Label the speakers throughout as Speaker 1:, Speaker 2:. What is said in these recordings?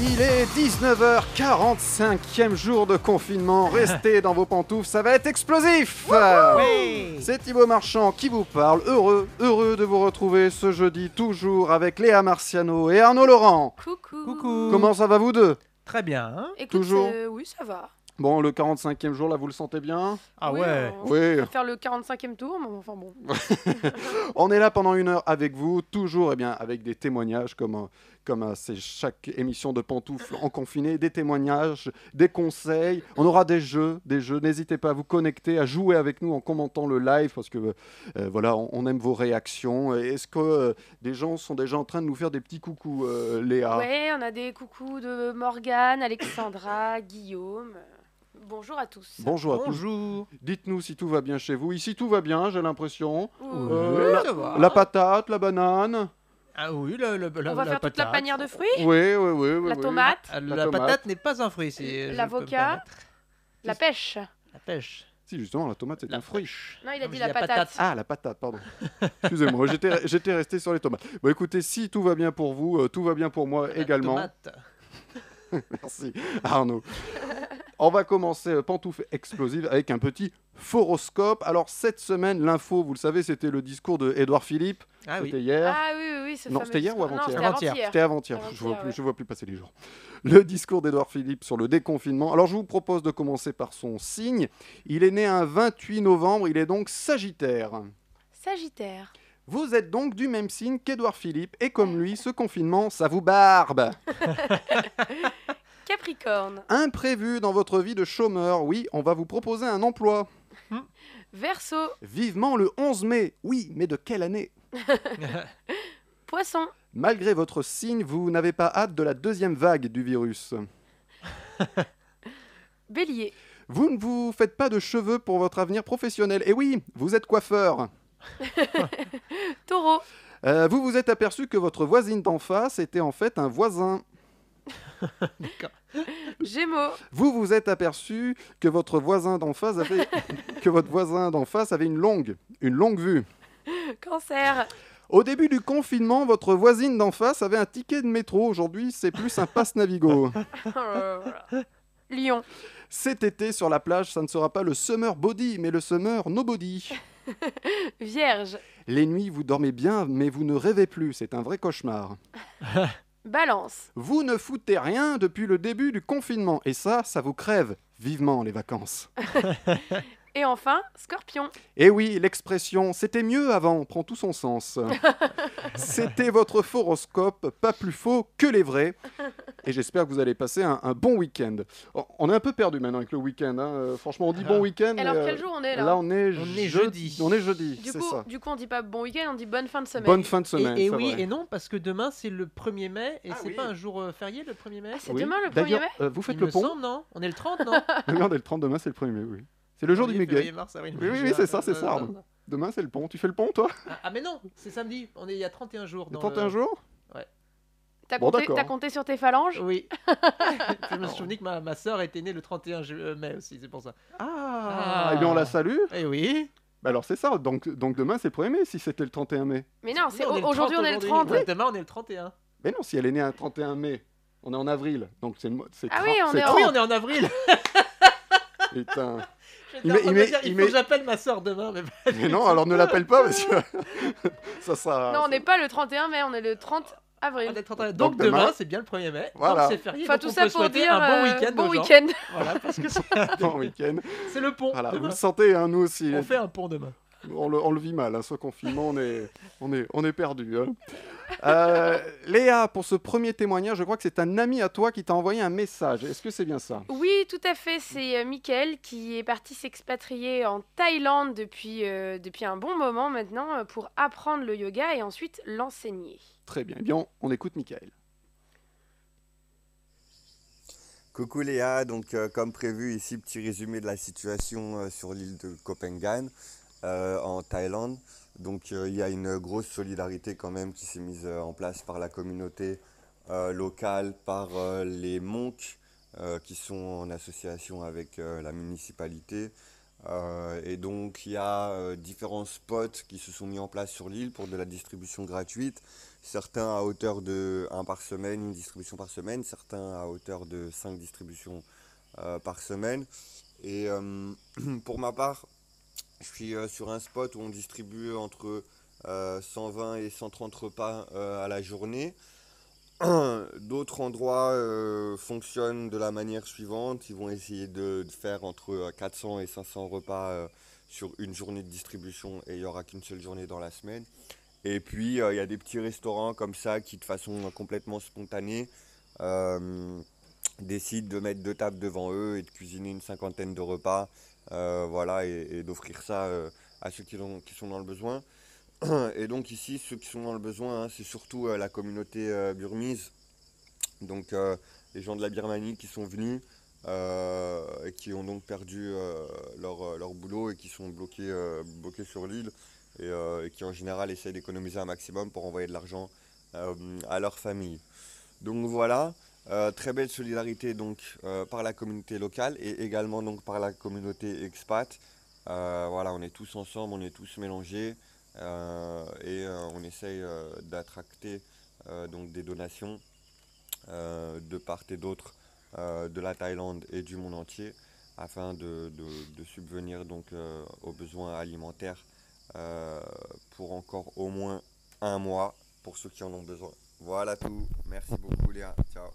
Speaker 1: Il est 19h45e jour de confinement. Restez dans vos pantoufles, ça va être explosif. Euh, C'est Thibaut Marchand qui vous parle. Heureux, heureux de vous retrouver ce jeudi, toujours avec Léa Marciano et Arnaud Laurent.
Speaker 2: Coucou.
Speaker 3: Coucou.
Speaker 1: Comment ça va vous deux
Speaker 3: Très bien. hein
Speaker 2: Écoute,
Speaker 1: Toujours.
Speaker 2: euh, oui, ça va.
Speaker 1: Bon, le 45e jour, là, vous le sentez bien
Speaker 3: ah
Speaker 2: Oui,
Speaker 3: ouais.
Speaker 2: on-
Speaker 1: Oui.
Speaker 2: On va faire le 45e tour, mais enfin bon.
Speaker 1: On est là pendant une heure avec vous, toujours eh bien, avec des témoignages, comme, euh, comme euh, c'est chaque émission de pantoufles en confiné, des témoignages, des conseils. On aura des jeux, des jeux. N'hésitez pas à vous connecter, à jouer avec nous en commentant le live, parce que euh, voilà, on, on aime vos réactions. Et Est-ce que euh, des gens sont déjà en train de nous faire des petits coucous, euh, Léa
Speaker 2: Ouais, on a des coucous de Morgane, Alexandra, Guillaume. Bonjour à tous.
Speaker 1: Bonjour à tous.
Speaker 3: Bonjour.
Speaker 1: Dites-nous si tout va bien chez vous. Ici, tout va bien, j'ai l'impression.
Speaker 2: Ouh.
Speaker 1: Euh,
Speaker 3: ça va.
Speaker 1: La patate, la banane.
Speaker 3: Ah oui, le, le- le-
Speaker 2: on va
Speaker 3: la
Speaker 2: faire toute la
Speaker 3: patate.
Speaker 2: panière de fruits,
Speaker 1: Oui, oui, oui. oui,
Speaker 2: la
Speaker 1: oui.
Speaker 2: tomate,
Speaker 3: Ah, La,
Speaker 1: La tomate.
Speaker 3: patate n'est pas un fruit, c'est.
Speaker 2: L'avocat. la pêche.
Speaker 3: La pêche.
Speaker 1: Si, justement, la tomate, c'est
Speaker 3: La
Speaker 1: un fruit.
Speaker 3: fruche.
Speaker 2: Non, il a
Speaker 3: Non,
Speaker 2: dit
Speaker 3: mais
Speaker 2: la
Speaker 3: j'ai
Speaker 2: patate.
Speaker 1: Ah, la patate, pardon. Excusez-moi, j'étais j'étais resté sur les tomates. Bon, écoutez, si tout va bien pour vous, euh, tout va bien pour moi
Speaker 3: La
Speaker 1: également.
Speaker 3: tomate.
Speaker 1: Merci, Arnaud. On va commencer euh, pantoufles explosives avec un petit foroscope. Alors, cette semaine, l'info, vous le savez, c'était le discours de Édouard Philippe.
Speaker 3: Ah oui.
Speaker 1: C'était hier.
Speaker 2: Ah oui, oui, oui. ce
Speaker 1: Non,
Speaker 2: fameux
Speaker 1: c'était hier ou
Speaker 2: discours. Non,
Speaker 1: avant-hier
Speaker 2: c'était
Speaker 3: Avant-hier.
Speaker 2: avant-hier.
Speaker 1: C'était avant-hier.
Speaker 2: Avant-hier,
Speaker 1: Je vois plus,
Speaker 2: ouais.
Speaker 1: je vois plus passer les jours. Le discours d'Edouard Philippe sur le déconfinement. Alors je vous propose de commencer par son signe. Il est né un 28 novembre. Il est donc Sagittaire.
Speaker 2: Sagittaire.
Speaker 1: Vous êtes donc du même signe qu'Edouard Philippe et comme lui, ce confinement, ça vous barbe.
Speaker 2: Capricorne.
Speaker 1: Imprévu dans votre vie de chômeur, oui, on va vous proposer un emploi.
Speaker 2: Verseau.
Speaker 1: Vivement le 11 mai, oui, mais de quelle année
Speaker 2: Poisson.
Speaker 1: Malgré votre signe, vous n'avez pas hâte de la deuxième vague du virus.
Speaker 2: Bélier.
Speaker 1: Vous ne vous faites pas de cheveux pour votre avenir professionnel. Et oui, vous êtes coiffeur.
Speaker 2: Taureau.
Speaker 1: Euh, vous vous êtes aperçu que votre voisine d'en face était en fait un voisin.
Speaker 2: Gémeaux.
Speaker 1: Vous vous êtes aperçu que votre voisin d'en face avait que votre voisin d'en face avait une longue, une longue vue.
Speaker 2: Cancer.
Speaker 1: Au début du confinement, votre voisine d'en face avait un ticket de métro. Aujourd'hui, c'est plus un passe Navigo.
Speaker 2: Lion.
Speaker 1: Cet été sur la plage, ça ne sera pas le summer body, mais le summer nobody.
Speaker 2: Vierge.
Speaker 1: Les nuits, vous dormez bien, mais vous ne rêvez plus. C'est un vrai cauchemar.
Speaker 2: Balance.
Speaker 1: Vous ne foutez rien depuis le début du confinement. Et ça, ça vous crève vivement les vacances.
Speaker 2: Et enfin, Scorpion.
Speaker 1: Et oui, l'expression c'était mieux avant prend tout son sens. c'était votre horoscope, pas plus faux que les vrais. Et j'espère que vous allez passer un, un bon week-end. Oh, On est un peu perdu maintenant avec le week-end. hein. Euh, Franchement, on dit bon week-end.
Speaker 2: Alors
Speaker 1: mais, euh,
Speaker 2: quel jour on est là
Speaker 1: Là, on est,
Speaker 3: On est
Speaker 1: je-
Speaker 3: jeudi.
Speaker 1: On est jeudi,
Speaker 2: du
Speaker 1: c'est
Speaker 2: coup,
Speaker 1: ça.
Speaker 2: du coup, on dit pas bon week-end, on dit bonne fin de semaine.
Speaker 1: Bonne fin de
Speaker 3: Et,
Speaker 1: semaine.
Speaker 3: et
Speaker 1: c'est
Speaker 3: oui
Speaker 1: vrai.
Speaker 3: et non, parce que demain c'est le 1er mai et
Speaker 1: Ah
Speaker 3: c'est
Speaker 1: oui.
Speaker 3: pas un jour euh, férié le 1er mai
Speaker 2: Ah, c'est
Speaker 1: Oui.
Speaker 2: demain le 1er
Speaker 1: D'ailleurs,
Speaker 2: mai
Speaker 1: euh, vous faites
Speaker 3: Il
Speaker 1: le
Speaker 3: me
Speaker 1: pont
Speaker 3: semble, non On est le 30, non Ah,
Speaker 1: Merde, le 30 demain, c'est le premier, oui. C'est le jour du
Speaker 3: Janvier,
Speaker 1: Miguel.
Speaker 3: février, mars, avril,
Speaker 1: Oui, oui,
Speaker 3: mai,
Speaker 1: oui,
Speaker 3: juin,
Speaker 1: c'est ça, c'est
Speaker 3: euh,
Speaker 1: ça, Arnaud. Demain, c'est le pont. Tu fais le pont, toi
Speaker 3: Ah, ah, mais non, c'est samedi. On est il y a 31 jours. dans
Speaker 1: 31
Speaker 3: le-
Speaker 1: jours
Speaker 2: T'as
Speaker 1: bon,
Speaker 2: compté,
Speaker 1: d'accord.
Speaker 2: t'as compté sur tes phalanges
Speaker 3: Oui. je me souviens que ma, ma soeur était née le 31 ju- euh, mai aussi, c'est pour ça.
Speaker 1: Ah,
Speaker 3: Ah.
Speaker 1: Eh bien, on la salue.
Speaker 3: Eh oui.
Speaker 1: Bah, alors, c'est ça. Donc, donc demain, c'est le 1er mai, si c'était le 31 mai.
Speaker 2: Mais non,
Speaker 3: Nous,
Speaker 2: c'est
Speaker 3: on est
Speaker 2: au-
Speaker 3: le
Speaker 2: aujourd'hui on est le 30.
Speaker 3: Ouais, Demain, on est le 31.
Speaker 1: Mais non, si elle est née un 31 mai. On est en avril, donc c'est mo- c'est
Speaker 2: Ah
Speaker 1: tra-
Speaker 2: oui, on
Speaker 1: c'est
Speaker 2: est
Speaker 3: Ah
Speaker 2: en-
Speaker 3: oui,
Speaker 1: 30.
Speaker 3: on est en avril.
Speaker 1: Putain.
Speaker 3: J'étais
Speaker 1: Il
Speaker 3: en
Speaker 1: met- il
Speaker 3: train de me
Speaker 1: met-
Speaker 3: dire,
Speaker 1: il
Speaker 3: il
Speaker 1: met-
Speaker 3: faut que j'appelle ma soeur demain. Mais...
Speaker 1: Mais non, alors ne l'appelle pas parce que ça sera.
Speaker 2: Non, on n'est pas le 31 mai, on est le 30
Speaker 3: on est
Speaker 2: avril.
Speaker 3: le 31. Donc,
Speaker 1: Donc,
Speaker 3: demain,
Speaker 1: demain,
Speaker 3: c'est bien le 1er mai.
Speaker 1: Voilà.
Speaker 3: Donc, c'est férié.
Speaker 2: Enfin,
Speaker 3: donc
Speaker 2: tout
Speaker 3: on
Speaker 2: ça
Speaker 3: peut
Speaker 2: pour
Speaker 3: souhaiter
Speaker 2: dire
Speaker 3: un bon
Speaker 2: euh,
Speaker 3: week-end.
Speaker 2: bon
Speaker 3: aux gens.
Speaker 2: week-end.
Speaker 3: Voilà, parce que c'est
Speaker 1: Bon week-end.
Speaker 3: c'est le pont.
Speaker 1: Voilà, vous
Speaker 3: demain.
Speaker 1: le sentez, hein, nous aussi.
Speaker 3: On fait un pont demain.
Speaker 1: On le, on le vit mal, hein, ce confinement, on est, on est, on est perdu. hein. Euh, Léa, pour ce premier témoignage, je crois que c'est un ami à toi qui t'a envoyé un message. Est-ce que c'est bien ça
Speaker 2: Oui, tout à fait, c'est euh, Mickaël qui est parti s'expatrier en Thaïlande depuis, euh, depuis un bon moment maintenant euh, pour apprendre le yoga et ensuite l'enseigner.
Speaker 1: Très bien. Eh bien, on, on écoute Michael.
Speaker 4: Coucou Léa, donc euh, comme prévu ici, petit résumé de la situation euh, sur l'île de Kopengan euh, en Thaïlande. Donc euh, il y a une grosse solidarité quand même qui s'est mise euh, en place par la communauté euh, locale, par euh, les monks euh, qui sont en association avec euh, la municipalité. Euh, et donc il y a euh, différents spots qui se sont mis en place sur l'île pour de la distribution gratuite. certains à hauteur de 1 par semaine, une distribution par semaine, certains à hauteur de 5 distributions euh, par semaine. Et euh, pour ma part, je suis euh, sur un spot où on distribue entre euh, 120 et 130 repas euh, à la journée. D'autres endroits euh, fonctionnent de la manière suivante. Ils vont essayer de, de faire entre euh, 400 et 500 repas euh, sur une journée de distribution et il n'y aura qu'une seule journée dans la semaine. Et puis, euh, il y a des petits restaurants comme ça qui, de façon euh, complètement spontanée, euh, décident de mettre deux tables devant eux et de cuisiner une cinquantaine de repas euh, voilà, et, et d'offrir ça euh, à ceux qui, l'ont- qui sont dans le besoin. Et donc ici, ceux qui sont dans le besoin, hein, c'est surtout euh, la communauté euh, burmise, donc euh, les gens de la Birmanie qui sont venus euh, et qui ont donc perdu euh, leur, euh, leur boulot et qui sont bloqués, euh, bloqués sur l'île et, euh, et qui en général essaient d'économiser un maximum pour envoyer de l'argent euh, à leur famille. Donc voilà, euh, très belle solidarité donc euh, par la communauté locale et également donc par la communauté expat. Euh, voilà, on est tous ensemble, on est tous mélangés euh, et euh, on essaye euh, d'attracter euh, donc des donations euh, de part et d'autre euh, de la Thaïlande et du monde entier afin de, de- de subvenir donc euh, aux besoins alimentaires euh, pour encore au moins un mois pour ceux qui en ont besoin. Voilà tout. Merci beaucoup Léa. Ciao.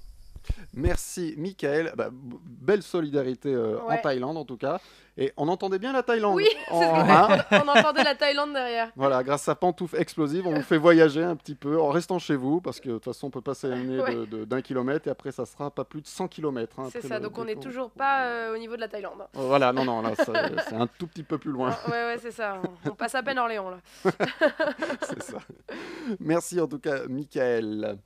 Speaker 1: Merci, Michael. Bah, b- belle solidarité euh, en
Speaker 2: Ouais.
Speaker 1: Thaïlande, en tout cas. Et on entendait bien la Thaïlande.
Speaker 2: Oui, c'est ce
Speaker 1: en-
Speaker 2: que
Speaker 1: hein
Speaker 2: On entendait la Thaïlande derrière.
Speaker 1: Voilà, grâce à Pantouf Explosive, on vous fait voyager un petit peu en restant chez vous, parce que de toute façon, on peut pas s'éloigner
Speaker 2: Ouais.
Speaker 1: de- de- d'un kilomètre, et après, ça sera pas plus de 100 kilomètres. hein,
Speaker 2: C'est
Speaker 1: après
Speaker 2: ça,
Speaker 1: le
Speaker 2: donc on n'est
Speaker 1: détour.
Speaker 2: toujours pas euh, au niveau de la Thaïlande.
Speaker 1: Oh, Voilà, non, non, là, ça- c'est un tout petit peu plus loin,
Speaker 2: Ah, ouais, ouais, c'est ça. On, on passe à peine Orléans, là.
Speaker 1: c'est ça. Merci en tout cas, Michael.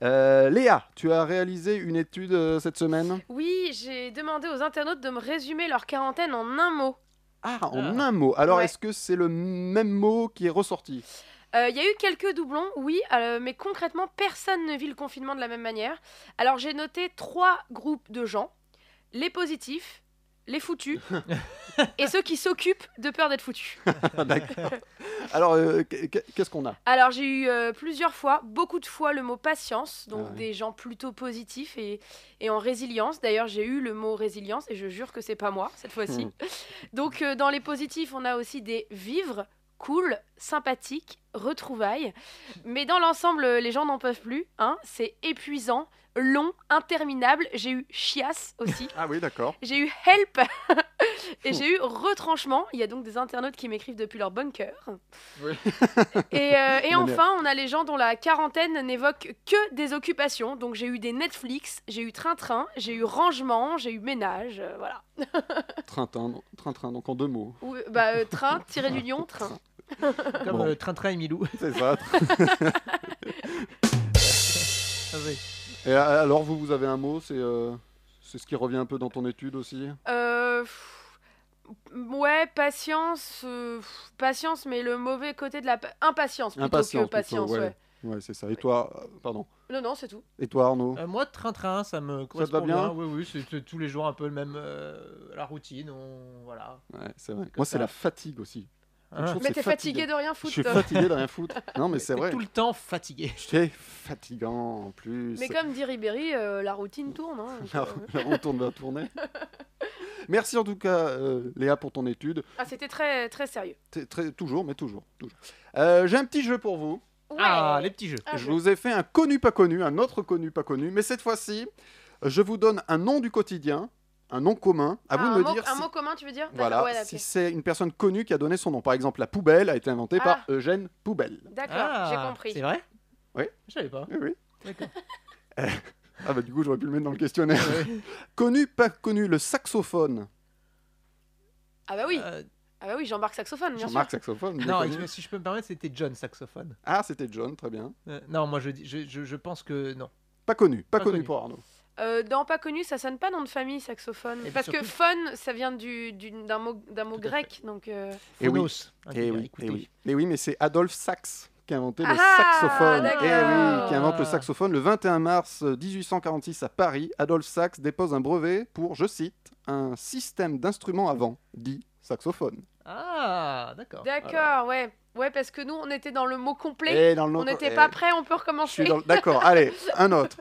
Speaker 1: Euh, Léa, tu as réalisé une étude euh, cette semaine
Speaker 2: Oui, j'ai demandé aux internautes de me résumer leur quarantaine en un mot. Euh,
Speaker 1: Ah, en
Speaker 3: Ah.
Speaker 1: un mot. Alors,
Speaker 2: Ouais.
Speaker 1: est-ce que c'est le même mot qui est ressorti
Speaker 2: Euh, Il y a eu quelques doublons, oui, euh, mais concrètement, personne ne vit le confinement de la même manière. Alors j'ai noté trois groupes de gens les positifs, les foutus et ceux qui s'occupent de peur d'être foutus.
Speaker 1: Ah, D'accord. Alors, euh, qu- qu- qu'est-ce qu'on a
Speaker 2: Alors j'ai eu euh, plusieurs fois, beaucoup de fois le mot patience, donc
Speaker 1: Ah ouais.
Speaker 2: des gens plutôt positifs et, et en résilience. D'ailleurs j'ai eu le mot résilience et je jure que c'est pas moi cette fois-ci.
Speaker 1: Hmm.
Speaker 2: donc euh, dans les positifs on a aussi des vivres, cool, sympathique, retrouvailles. Mais dans l'ensemble euh, les gens n'en peuvent plus, hein. c'est épuisant, long, interminable. J'ai eu chiasse aussi.
Speaker 1: Ah oui, d'accord.
Speaker 2: J'ai eu help et j'ai eu retranchement. Il y a donc des internautes qui m'écrivent depuis leur bunker.
Speaker 3: Oui.
Speaker 2: et euh, et
Speaker 1: Non, mais-
Speaker 2: enfin, on a les gens dont la quarantaine n'évoque que des occupations. Donc j'ai eu des Netflix, j'ai eu train-train, j'ai eu rangement, j'ai eu ménage. euh, voilà.
Speaker 1: Train-train, donc- train-train, donc en deux mots.
Speaker 2: Ou, bah, euh, train, tiré du lion, train.
Speaker 3: Comme
Speaker 1: Bon.
Speaker 3: euh, Train-Train et Milou.
Speaker 1: C'est ça.
Speaker 3: Ah oui.
Speaker 1: Et a- alors, vous, vous avez un mot, c'est euh, c'est ce qui revient un peu dans ton étude aussi
Speaker 2: Euh, pff, ouais, patience. euh, pff, patience, mais le mauvais côté de la. pa- Impatience plutôt
Speaker 1: Impatience
Speaker 2: que
Speaker 1: plutôt,
Speaker 2: patience.
Speaker 1: ouais.
Speaker 2: ouais.
Speaker 1: Ouais, c'est ça. Et toi, euh, pardon.
Speaker 2: Non, non, c'est tout.
Speaker 1: Et toi, Arnaud
Speaker 3: Euh, moi, train-train, ça me correspond
Speaker 1: va bien
Speaker 3: Oui, oui, c'est c'est tous les jours un peu le même, euh, la routine. On, voilà.
Speaker 1: Ouais, c'est vrai.
Speaker 3: comme
Speaker 1: Moi, c'est
Speaker 3: ça.
Speaker 1: la fatigue aussi.
Speaker 3: Hein,
Speaker 1: Je trouve
Speaker 2: Mais
Speaker 1: c'est
Speaker 2: t'es
Speaker 1: fatigant.
Speaker 2: fatigué de rien
Speaker 1: Je
Speaker 2: foutre.
Speaker 1: suis
Speaker 2: toi.
Speaker 1: fatigué de rien foutre. Non, mais c'est
Speaker 3: t'es
Speaker 1: vrai.
Speaker 3: tout le temps fatigué.
Speaker 1: J'étais fatigant en plus.
Speaker 2: Mais comme dit Ribéry, euh, la routine tourne. hein.
Speaker 1: Alors, on tourne la tournée. Merci en tout cas, euh, Léa, pour ton étude.
Speaker 2: Ah, c'était très, très sérieux.
Speaker 1: T'es très- toujours, mais toujours. toujours. Euh, J'ai un petit jeu pour vous.
Speaker 3: Ah, les petits jeux.
Speaker 2: Ah,
Speaker 1: je
Speaker 2: je-
Speaker 1: vous ai fait un connu pas connu, un autre connu pas connu, mais cette fois-ci, je vous donne un nom du quotidien, un nom commun. À
Speaker 2: Ah,
Speaker 1: vous
Speaker 2: un
Speaker 1: de me
Speaker 2: mot,
Speaker 1: dire
Speaker 2: un
Speaker 1: si,
Speaker 2: mot commun, tu veux dire
Speaker 1: voilà,
Speaker 2: D'accord, ouais,
Speaker 1: si
Speaker 2: ok.
Speaker 1: c'est une personne connue qui a donné son nom. Par exemple, la poubelle a été inventée par Eugène Poubelle.
Speaker 2: Ah. D'accord,
Speaker 3: Ah,
Speaker 2: j'ai compris.
Speaker 3: C'est vrai
Speaker 1: Oui.
Speaker 3: Je savais pas.
Speaker 1: Oui, oui.
Speaker 3: D'accord.
Speaker 1: Ah bah du coup, j'aurais pu le mettre dans le questionnaire.
Speaker 3: Ouais.
Speaker 1: connu, pas connu, le saxophone.
Speaker 2: Ah bah oui,
Speaker 3: Euh,
Speaker 2: ah bah oui, Jean-Marc saxophone, bien sûr.
Speaker 1: Jean-Marc Saxophone. bien
Speaker 3: non,
Speaker 1: connu.
Speaker 3: excuse- si je peux me permettre, c'était John Saxophone.
Speaker 1: Ah, c'était John, très bien.
Speaker 3: Euh, non, moi, je, dis- je, je, je pense que non.
Speaker 1: Pas connu, pas,
Speaker 3: Pas
Speaker 1: connu,
Speaker 3: connu.
Speaker 1: pour Arnaud.
Speaker 2: Euh, dans pas connu, ça sonne pas nom de famille saxophone.
Speaker 3: Et
Speaker 2: Parce
Speaker 3: puis
Speaker 2: que fun, ça vient du- d'une- d'un mot, d'un mot
Speaker 3: Tout à
Speaker 2: grec, donc. euh,
Speaker 1: Eh oui.
Speaker 3: Phonos. Ah,
Speaker 1: Eh oui,
Speaker 3: écoutez.
Speaker 1: eh oui. Eh oui, mais c'est Adolphe Sax qui a inventé le
Speaker 2: Ah,
Speaker 1: saxophone.
Speaker 2: d'accord.
Speaker 1: Eh oui, qui invente le saxophone le 21 mars euh, 1846 à Paris. Adolphe Sax dépose un brevet pour, je cite, un système d'instruments à vent, dit saxophone.
Speaker 3: Ah, d'accord.
Speaker 2: D'accord, ouais. Ouais, parce que nous, on était dans le mot complet.
Speaker 1: Et dans le
Speaker 2: on
Speaker 1: loco-
Speaker 2: n'était
Speaker 1: eh,
Speaker 2: pas prêts, on peut
Speaker 1: je suis
Speaker 2: recommencer.
Speaker 1: dans le- D'accord, allez, un autre.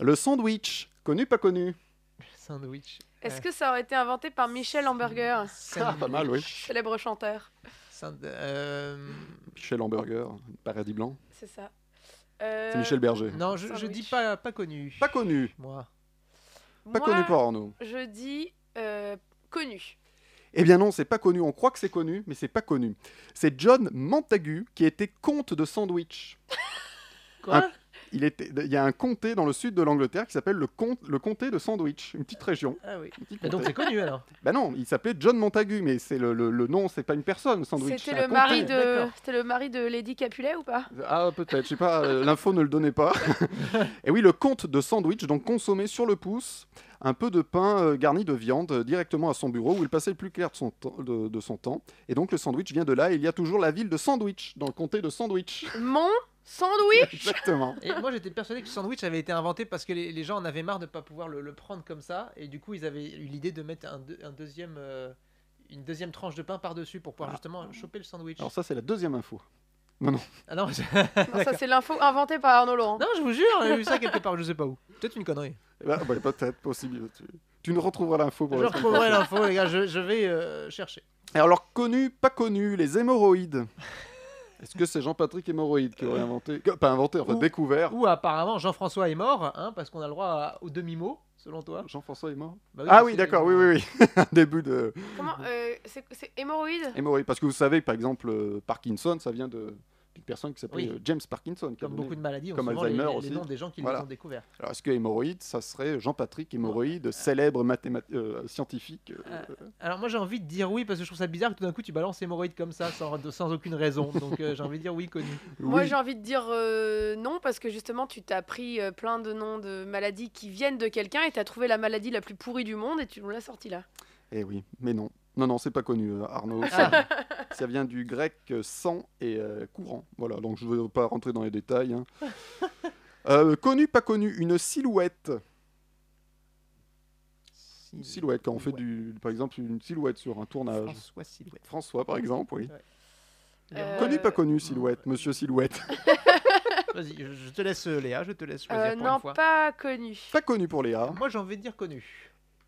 Speaker 1: Le sandwich, connu, pas connu
Speaker 3: Sandwich.
Speaker 2: Est-ce que ça aurait été inventé par Michel Hamburger,
Speaker 1: Ah, pas mal, oui.
Speaker 2: célèbre chanteur
Speaker 3: Sand- euh,
Speaker 1: Michel Hamburger, Paradis Blanc.
Speaker 2: C'est ça. Euh,
Speaker 1: C'est Michel Berger.
Speaker 3: Non, je, je dis
Speaker 2: Sandwich.
Speaker 3: pas, pas connu.
Speaker 1: Pas connu,
Speaker 3: Moi.
Speaker 1: pas
Speaker 2: moi,
Speaker 1: connu pour nous.
Speaker 2: Je dis euh, connu.
Speaker 1: Eh bien non, c'est pas connu. On croit que c'est connu, mais c'est pas connu. C'est John Montagu qui était comte de Sandwich. Ah,
Speaker 3: Quoi
Speaker 1: Il, était, il y a un comté dans le sud de l'Angleterre qui s'appelle le, comte, le comté de Sandwich, une petite région.
Speaker 3: Ah oui.
Speaker 1: un petit
Speaker 3: Et donc
Speaker 1: comté.
Speaker 3: c'est connu alors.
Speaker 1: Bah non, il s'appelait John Montagu, mais c'est le, le- le nom, c'est pas une personne, Sandwich. Ah,
Speaker 2: C'était
Speaker 1: c'est un
Speaker 2: le mari
Speaker 1: comté.
Speaker 2: de,
Speaker 3: d'accord.
Speaker 2: c'était le mari de Lady Capulet ou pas
Speaker 1: Ah, peut-être, je sais pas, euh, l'info ne le donnait pas. Et oui, le comte de sandwich, donc consommé sur le pouce, un peu de pain euh, garni de viande euh, directement à son bureau où il passait le plus clair de son, temps- de, de son temps. Et donc le sandwich vient de là, et il y a toujours la ville de Sandwich, dans le comté de Sandwich.
Speaker 2: Mon sandwich.
Speaker 1: Exactement.
Speaker 3: Et moi j'étais persuadé que le sandwich avait été inventé parce que les, les gens en avaient marre de ne pas pouvoir le, le prendre comme ça. Et du coup ils avaient eu l'idée de mettre un, deux- un deuxième, euh, une deuxième tranche de pain par-dessus pour pouvoir
Speaker 1: Ah.
Speaker 3: justement choper le sandwich.
Speaker 1: Alors ça, c'est la deuxième info.
Speaker 3: Ah non, je-
Speaker 2: Non, ça c'est l'info inventée par Arnaud Laurent.
Speaker 3: non, je vous jure, j'ai vu ça quelque part, je sais pas où. Peut-être une connerie.
Speaker 1: Eh ben, ouais, peut-être, possible. Tu, tu nous retrouveras l'info pour
Speaker 3: je
Speaker 1: la semaine
Speaker 3: retrouverai l'info, les gars, je, je vais euh, chercher.
Speaker 1: Et Alors, connu, pas connu, les hémorroïdes. Est-ce que c'est Jean-Patrick Hémorroïde qui aurait inventé que- Pas inventé, en fait,
Speaker 3: Ou-
Speaker 1: découvert.
Speaker 3: Ou apparemment Jean-François est mort, hein, parce qu'on a le droit à- au demi-mot, selon toi.
Speaker 1: Jean-François est mort
Speaker 3: Bah
Speaker 1: Ah
Speaker 3: parce
Speaker 1: oui,
Speaker 3: que-
Speaker 1: d'accord, oui, oui, oui. Un Début de
Speaker 2: Comment euh, C'est c'est hémorroïde
Speaker 1: hémorroïde. Parce que vous savez, par exemple, euh, Parkinson, ça vient de- d'une personne qui s'appelle
Speaker 3: Oui.
Speaker 1: euh, James Parkinson. qui a
Speaker 3: Comme
Speaker 1: donné-
Speaker 3: beaucoup de maladies, on
Speaker 1: Comme
Speaker 3: souvent les- les,
Speaker 1: Alzheimer
Speaker 3: les
Speaker 1: aussi.
Speaker 3: noms des gens qui
Speaker 1: Voilà.
Speaker 3: les ont découverts. euh,
Speaker 1: Alors, est-ce que hémorroïde, ça serait Jean-Patrick Hémorroïde, célèbre mathémat- euh, scientifique euh,
Speaker 3: Alors moi j'ai envie de dire oui, parce que je trouve ça bizarre que tout d'un coup tu balances hémorroïde comme ça, sans, de- sans aucune raison. Donc euh, j'ai envie de dire oui, connu.
Speaker 2: Moi
Speaker 1: oui.
Speaker 2: j'ai envie de dire euh, non parce que justement tu t'as pris euh, plein de noms de maladies qui viennent de quelqu'un et t'as trouvé la maladie la plus pourrie du monde et tu nous l'as sortie là.
Speaker 1: Eh oui, mais non. Non, non, c'est pas connu, euh, Arnaud.
Speaker 2: Ah.
Speaker 1: Ça, ça vient du grec euh, sang et euh, courant. Voilà, donc je ne veux pas rentrer dans les détails. hein. Euh, connu, pas connu, une silhouette. Une silhouette, quand on fait du, par exemple une silhouette sur un tournage.
Speaker 3: François Silhouette.
Speaker 1: François, par exemple, oui.
Speaker 2: Euh,
Speaker 1: Connu, pas connu, silhouette, monsieur silhouette.
Speaker 3: Vas-y, je- je te laisse euh, Léa, je te laisse choisir
Speaker 2: Euh,
Speaker 3: pour
Speaker 2: non,
Speaker 3: une fois.
Speaker 2: pas connu.
Speaker 1: Pas connu pour Léa.
Speaker 3: Moi j'ai envie de dire connu.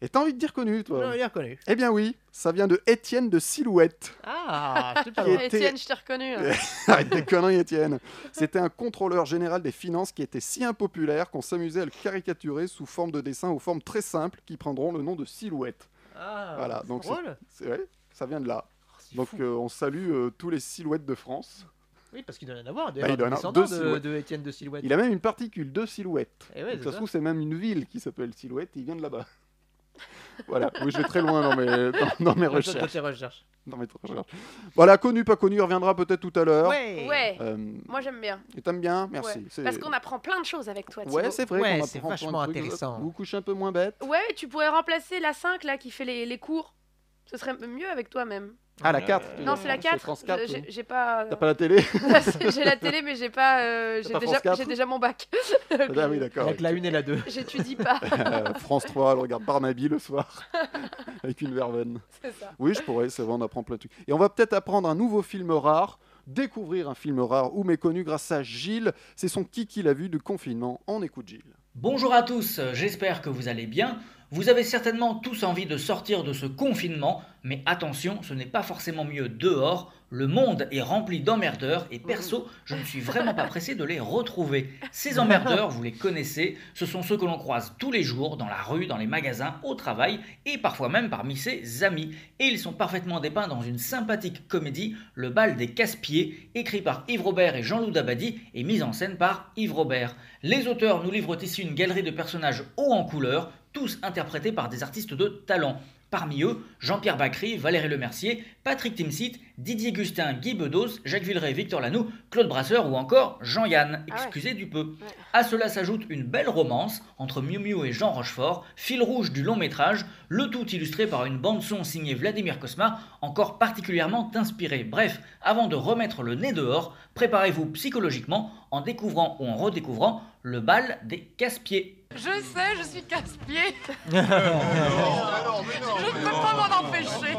Speaker 1: Et t'as envie de dire connu,
Speaker 3: J'ai
Speaker 1: toi
Speaker 3: envie de dire connu.
Speaker 1: Eh bien oui, ça vient de Étienne de Silhouette.
Speaker 3: Ah, je sais pas.
Speaker 1: Qui
Speaker 3: loin.
Speaker 1: était-
Speaker 2: Étienne, je t'ai reconnu. hein.
Speaker 1: Arrête des conneries, Étienne. C'était un contrôleur général des finances qui était si impopulaire qu'on s'amusait à le caricaturer sous forme de dessins aux formes très simples qui prendront le nom de silhouette.
Speaker 3: Ah,
Speaker 1: Voilà,
Speaker 3: c'est
Speaker 1: donc c'est-
Speaker 3: drôle.
Speaker 1: C'est vrai Ça vient de là.
Speaker 3: Oh, c'est
Speaker 1: Donc
Speaker 3: fou.
Speaker 1: euh, on salue euh, tous les silhouettes de France.
Speaker 3: Oui, parce qu'il doit y en avoir.
Speaker 1: Bah,
Speaker 3: D'ailleurs,
Speaker 1: il doit y en avoir
Speaker 3: deux
Speaker 1: deux
Speaker 3: de,
Speaker 1: silhouettes.
Speaker 3: de Étienne de Silhouette.
Speaker 1: Il a même une particule de silhouette.
Speaker 3: Eh
Speaker 1: Donc,
Speaker 3: ouais, c'est
Speaker 1: ça se
Speaker 3: ça.
Speaker 1: trouve, c'est même une ville qui s'appelle Silhouette et il vient de là-bas. voilà, oui, je vais très loin dans mes, dans, dans mes
Speaker 3: Dans- dans- dans
Speaker 1: recherches.
Speaker 3: tes recherches.
Speaker 1: Dans mes recherches. Voilà, connu, pas connu, il reviendra peut-être tout à l'heure.
Speaker 3: Ouais.
Speaker 2: Ouais,
Speaker 1: Euh,
Speaker 2: moi j'aime bien.
Speaker 1: et t'aimes bien Merci.
Speaker 2: Ouais.
Speaker 1: C'est-
Speaker 2: Parce qu'on apprend plein de choses avec toi.
Speaker 1: Ouais,
Speaker 2: Thibaut.
Speaker 1: c'est vrai.
Speaker 3: Ouais,
Speaker 1: qu'on
Speaker 3: c'est
Speaker 1: apprend plein de
Speaker 3: vachement
Speaker 1: trucs.
Speaker 3: intéressant.
Speaker 1: Vous couchez un peu moins bête.
Speaker 2: Ouais, tu pourrais remplacer la 5 là qui fait les, les cours. Ce serait mieux avec toi même.
Speaker 1: Ah, la
Speaker 3: Euh,
Speaker 1: 4 tu
Speaker 2: Non,
Speaker 1: veux
Speaker 2: c'est la
Speaker 1: dire,
Speaker 2: 4.
Speaker 1: France 4.
Speaker 2: euh,
Speaker 1: oui.
Speaker 2: j'ai- J'ai pas.
Speaker 1: T'as pas la télé
Speaker 2: j'ai la télé, mais j'ai pas. euh,
Speaker 1: T'as
Speaker 2: j'ai
Speaker 1: pas
Speaker 2: déjà,
Speaker 1: France 4?
Speaker 2: j'ai déjà mon bac. Donc,
Speaker 1: Ah oui, d'accord.
Speaker 3: Avec la 1 et la 2.
Speaker 2: J'étudie pas.
Speaker 1: Euh, France 3, elle regarde Barnaby le soir avec une verveine.
Speaker 2: C'est ça.
Speaker 1: Oui, je pourrais, c'est vrai, on apprend plein de trucs. Et on va peut-être apprendre un nouveau film rare, découvrir un film rare ou méconnu grâce à Gilles. C'est son kiki l'a vu du confinement. On écoute Gilles.
Speaker 5: Bonjour à tous, j'espère que vous allez bien. Vous avez certainement tous envie de sortir de ce confinement, mais attention, ce n'est pas forcément mieux dehors. Le monde est rempli d'emmerdeurs et perso, je ne suis vraiment pas pressé de les retrouver. Ces emmerdeurs, vous les connaissez, ce sont ceux que l'on croise tous les jours, dans la rue, dans les magasins, au travail et parfois même parmi ses amis. Et ils sont parfaitement dépeints dans une sympathique comédie, Le bal des casse-pieds, écrit par Yves Robert et Jean-Loup Dabadi et mise en scène par Yves Robert. Les auteurs nous livrent ici une galerie de personnages hauts en couleur, tous interprétés par des artistes de talent. Parmi eux, Jean-Pierre Bacry, Valérie Lemercier, Patrick Timsit, Didier Gustin, Guy Bedos, Jacques Villeray, Victor Lanoux, Claude Brasseur ou encore Jean-Yann,
Speaker 2: Ah ouais.
Speaker 5: excusez du peu.
Speaker 2: Ouais.
Speaker 5: À cela s'ajoute une belle romance entre Miu Miu et Jean Rochefort, fil rouge du long métrage, le tout illustré par une bande-son signée Vladimir Kosma, encore particulièrement inspirée. Bref, avant de remettre le nez dehors, préparez-vous psychologiquement en découvrant ou en redécouvrant le bal des casse-pieds.
Speaker 6: Je sais, je suis casse-pied. je ne peux pas m'en empêcher.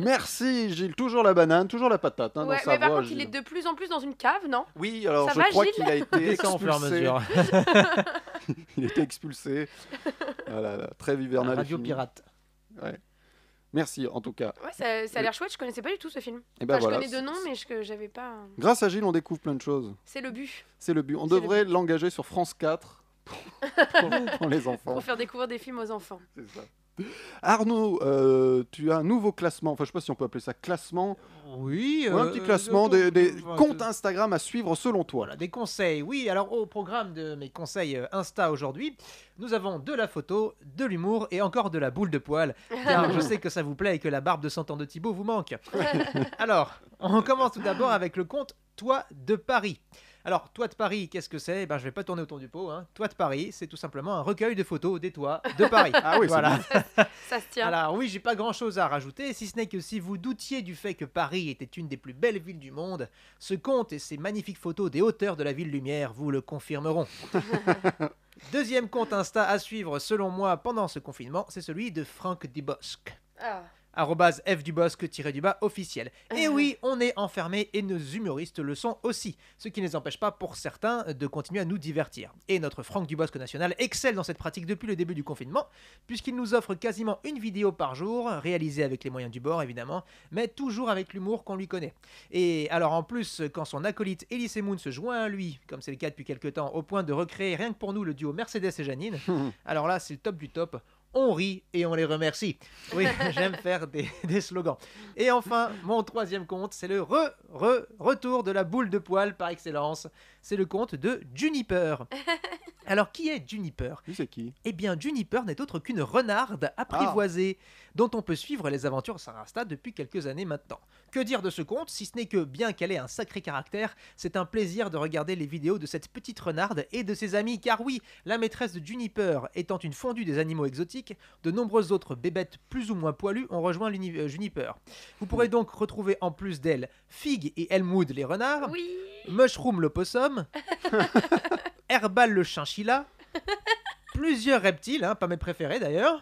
Speaker 1: Merci Gilles, toujours la banane, toujours la patate hein,
Speaker 2: ouais,
Speaker 1: dans sa
Speaker 2: mais par
Speaker 1: voix,
Speaker 2: contre, il est
Speaker 1: Gilles.
Speaker 2: de plus en plus dans une cave, non
Speaker 1: Oui, alors
Speaker 2: Ça
Speaker 1: je
Speaker 2: va,
Speaker 1: crois
Speaker 2: Gilles
Speaker 1: qu'il a été
Speaker 3: Descend au fur et à
Speaker 1: expulsé.
Speaker 3: mesure.
Speaker 1: Il a été expulsé. Ah Voilà, la trêve hivernale. est
Speaker 3: Radio
Speaker 1: finie.
Speaker 3: pirate.
Speaker 1: Merci en tout cas.
Speaker 2: Ouais, ça, ça a l'air chouette, je connaissais pas du tout ce film.
Speaker 1: Et ben
Speaker 2: Enfin,
Speaker 1: voilà.
Speaker 2: Je connais deux noms, mais je- que j'avais pas.
Speaker 1: Grâce à Gilles, on découvre plein de choses.
Speaker 2: C'est le but,
Speaker 1: C'est le but. On
Speaker 2: C'est le
Speaker 1: devrait l'engager sur France 4 pour, pour- pour les enfants.
Speaker 2: pour faire découvrir des films aux enfants.
Speaker 1: C'est ça. Arnaud, euh, tu as un nouveau classement, enfin je sais pas si on peut appeler ça classement,
Speaker 3: Oui.
Speaker 1: ou un
Speaker 3: euh,
Speaker 1: petit
Speaker 3: euh,
Speaker 1: classement
Speaker 3: de-
Speaker 1: des, des
Speaker 3: enfin,
Speaker 1: comptes
Speaker 3: de-
Speaker 1: Instagram à suivre selon toi.
Speaker 3: Voilà, des conseils. Oui, alors au programme de mes conseils euh, Insta aujourd'hui, nous avons de la photo, de l'humour et encore de la boule de poil. Car je sais que ça vous plaît et que la barbe de 100 ans de Thibaut vous manque. Alors, on commence tout d'abord avec le compte Toi de Paris. Alors, Toi de Paris, qu'est-ce que c'est Eh ben, Je vais pas tourner autour du pot. Hein. Toi de Paris, c'est tout simplement un recueil de photos des toits de Paris.
Speaker 1: Ah oui, c'est
Speaker 3: voilà.
Speaker 2: Ça se tient.
Speaker 3: Alors oui, j'ai pas grand chose à rajouter, si ce n'est que si vous doutiez du fait que Paris était une des plus belles villes du monde, ce compte et ses magnifiques photos des hauteurs de la ville lumière vous le confirmeront. Deuxième compte Insta à suivre selon moi pendant ce confinement, c'est celui de Franck Dubosc.
Speaker 2: Ah.
Speaker 3: Arrobase fdubosc-du-bas officiel. Et oui, on est enfermés et nos humoristes le sont aussi, ce qui ne les empêche pas pour certains de continuer à nous divertir. Et notre Franck Dubosc national excelle dans cette pratique depuis le début du confinement, puisqu'il nous offre quasiment une vidéo par jour, réalisée avec les moyens du bord évidemment, mais toujours avec l'humour qu'on lui connaît. Et alors en plus, quand son acolyte Elise Moon se joint à lui, comme c'est le cas depuis quelques temps, au point de recréer rien que pour nous le duo Mercedes et Janine, alors là c'est le top du top. On rit et on les remercie. Oui, j'aime faire des, des slogans. Et enfin, mon troisième compte, c'est le re, re, retour de la boule de poil par excellence. C'est le compte de Juniper. Alors, qui est Juniper
Speaker 1: Lui, c'est qui
Speaker 3: eh bien, Juniper n'est autre qu'une renarde apprivoisée,
Speaker 1: Ah.
Speaker 3: dont on peut suivre les aventures sur Insta depuis quelques années maintenant. Que dire de ce compte, si ce n'est que, bien qu'elle ait un sacré caractère, c'est un plaisir de regarder les vidéos de cette petite renarde et de ses amis, car oui, la maîtresse de Juniper étant une fondue des animaux exotiques, de nombreuses autres bébêtes plus ou moins poilues ont rejoint l'uni- euh, Juniper. Vous pourrez donc retrouver en plus d'elle Fig et Elmoud les renards,
Speaker 2: Oui.
Speaker 3: Mushroom le possum, Herbal le chinchilla, plusieurs reptiles, hein, pas mes préférés d'ailleurs,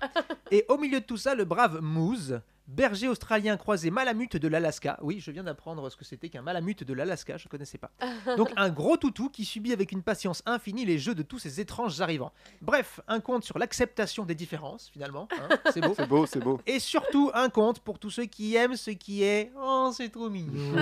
Speaker 3: et au milieu de tout ça, le brave Moose, berger australien croisé malamute de l'Alaska. Oui, je viens d'apprendre ce que c'était qu'un malamute de l'Alaska, je connaissais pas. Donc un gros toutou qui subit avec une patience infinie les jeux de tous ces étranges arrivants. Bref, un conte sur l'acceptation des différences, finalement. hein, c'est beau.
Speaker 1: C'est beau, c'est beau.
Speaker 3: Et surtout un conte pour tous ceux qui aiment ce qui est... Oh, c'est trop mignon.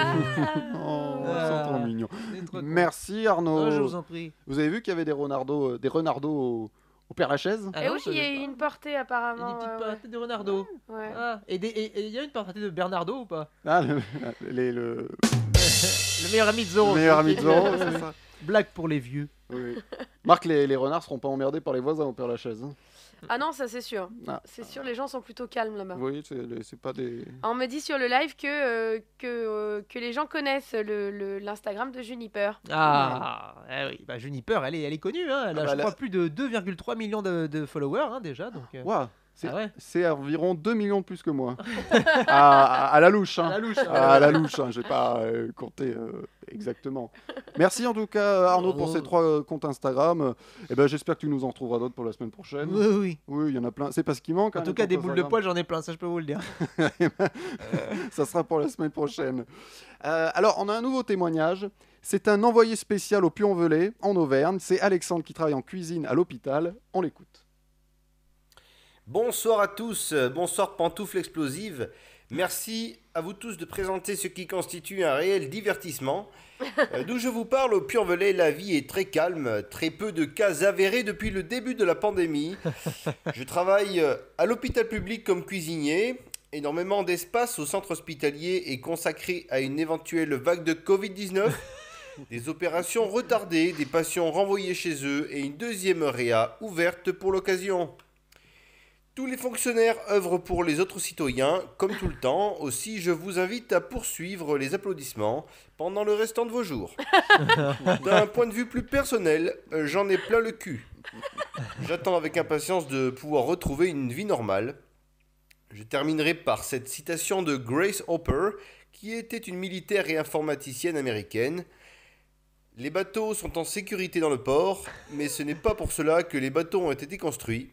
Speaker 1: Oh,
Speaker 3: Ah.
Speaker 1: c'est trop mignon.
Speaker 3: C'est trop cool.
Speaker 1: Merci Arnaud.
Speaker 3: Oh, je vous en prie.
Speaker 1: Vous avez vu qu'il y avait des renardos, euh, des renardos au, au Père Lachaise
Speaker 3: Ah
Speaker 2: et
Speaker 3: non,
Speaker 2: oui,
Speaker 3: je
Speaker 2: il y a
Speaker 3: savais
Speaker 2: eu
Speaker 3: pas.
Speaker 2: une portée
Speaker 3: Il y a
Speaker 2: apparemment.
Speaker 3: des petites
Speaker 2: ouais, ouais.
Speaker 3: parenthèses de Renardo.
Speaker 2: Ouais.
Speaker 3: Ah, et des- et- et il y a une parenthèse de Bernardo ou pas
Speaker 1: Ah, le, les- le-
Speaker 3: Le meilleur ami de Zorro.
Speaker 1: le meilleur
Speaker 3: c'est-
Speaker 1: ami de Zorro, c'est ça
Speaker 3: Blague pour les vieux.
Speaker 1: Oui. Marc, les, les renards seront pas emmerdés par les voisins au Père Lachaise. hein.
Speaker 2: Ah non, ça c'est sûr.
Speaker 1: Ah.
Speaker 2: C'est sûr, les gens sont plutôt calmes là-bas.
Speaker 1: Oui, c'est c'est pas des.
Speaker 2: Ah, On me dit sur le live que, euh, que, euh, que les gens connaissent le- le- l'Instagram de Juniper.
Speaker 3: Ah, eh oui. Bah, Juniper, elle est, elle est connue. Hein. Elle a,
Speaker 1: Ah bah,
Speaker 3: je crois,
Speaker 1: là-
Speaker 3: plus de 2,3 millions de, de followers hein, déjà. Donc, euh,
Speaker 1: Waouh, c'est-
Speaker 3: ah ouais.
Speaker 1: c'est environ 2 millions de plus que moi. à, à- à la louche,
Speaker 3: À
Speaker 1: hein.
Speaker 3: la louche.
Speaker 1: À la louche, hein, j'ai pas euh, compté euh, exactement. Merci en tout cas Arnaud pour
Speaker 3: Oh.
Speaker 1: ces trois euh, comptes Instagram. Et ben j'espère que tu nous en trouveras d'autres pour la semaine prochaine.
Speaker 3: Oui, oui.
Speaker 1: Oui, il y en a plein. C'est parce qu'il manque.
Speaker 3: En
Speaker 1: hein,
Speaker 3: tout
Speaker 1: les
Speaker 3: cas,
Speaker 1: comptes
Speaker 3: des boules de
Speaker 1: Instagram.
Speaker 3: poil, j'en ai plein, ça je peux vous le dire.
Speaker 1: Ça sera pour la semaine prochaine. Euh, alors, on a un nouveau témoignage. C'est un envoyé spécial au Puy-en-Velay, en Auvergne. C'est Alexandre qui travaille en cuisine à l'hôpital. On l'écoute.
Speaker 7: Bonsoir à tous, euh, bonsoir Pantoufle Explosive. Merci à vous tous de présenter ce qui constitue un réel divertissement. Euh, D'où je vous parle, au Purvelet, la vie est très calme, très peu de cas avérés depuis le début de la pandémie. Je travaille euh, à l'hôpital public comme cuisinier. Énormément d'espace au centre hospitalier est consacré à une éventuelle vague de Covid-19. Des opérations retardées, des patients renvoyés chez eux et une deuxième réa ouverte pour l'occasion. Tous les fonctionnaires œuvrent pour les autres citoyens, comme tout le temps. Aussi, je vous invite à poursuivre les applaudissements pendant le restant de vos jours. D'un point de vue plus personnel, euh, j'en ai plein le cul. J'attends avec impatience de pouvoir retrouver une vie normale. Je terminerai par cette citation de Grace Hopper, qui était une militaire et informaticienne américaine. Les bateaux sont en sécurité dans le port, mais ce n'est pas pour cela que les bateaux ont été construits.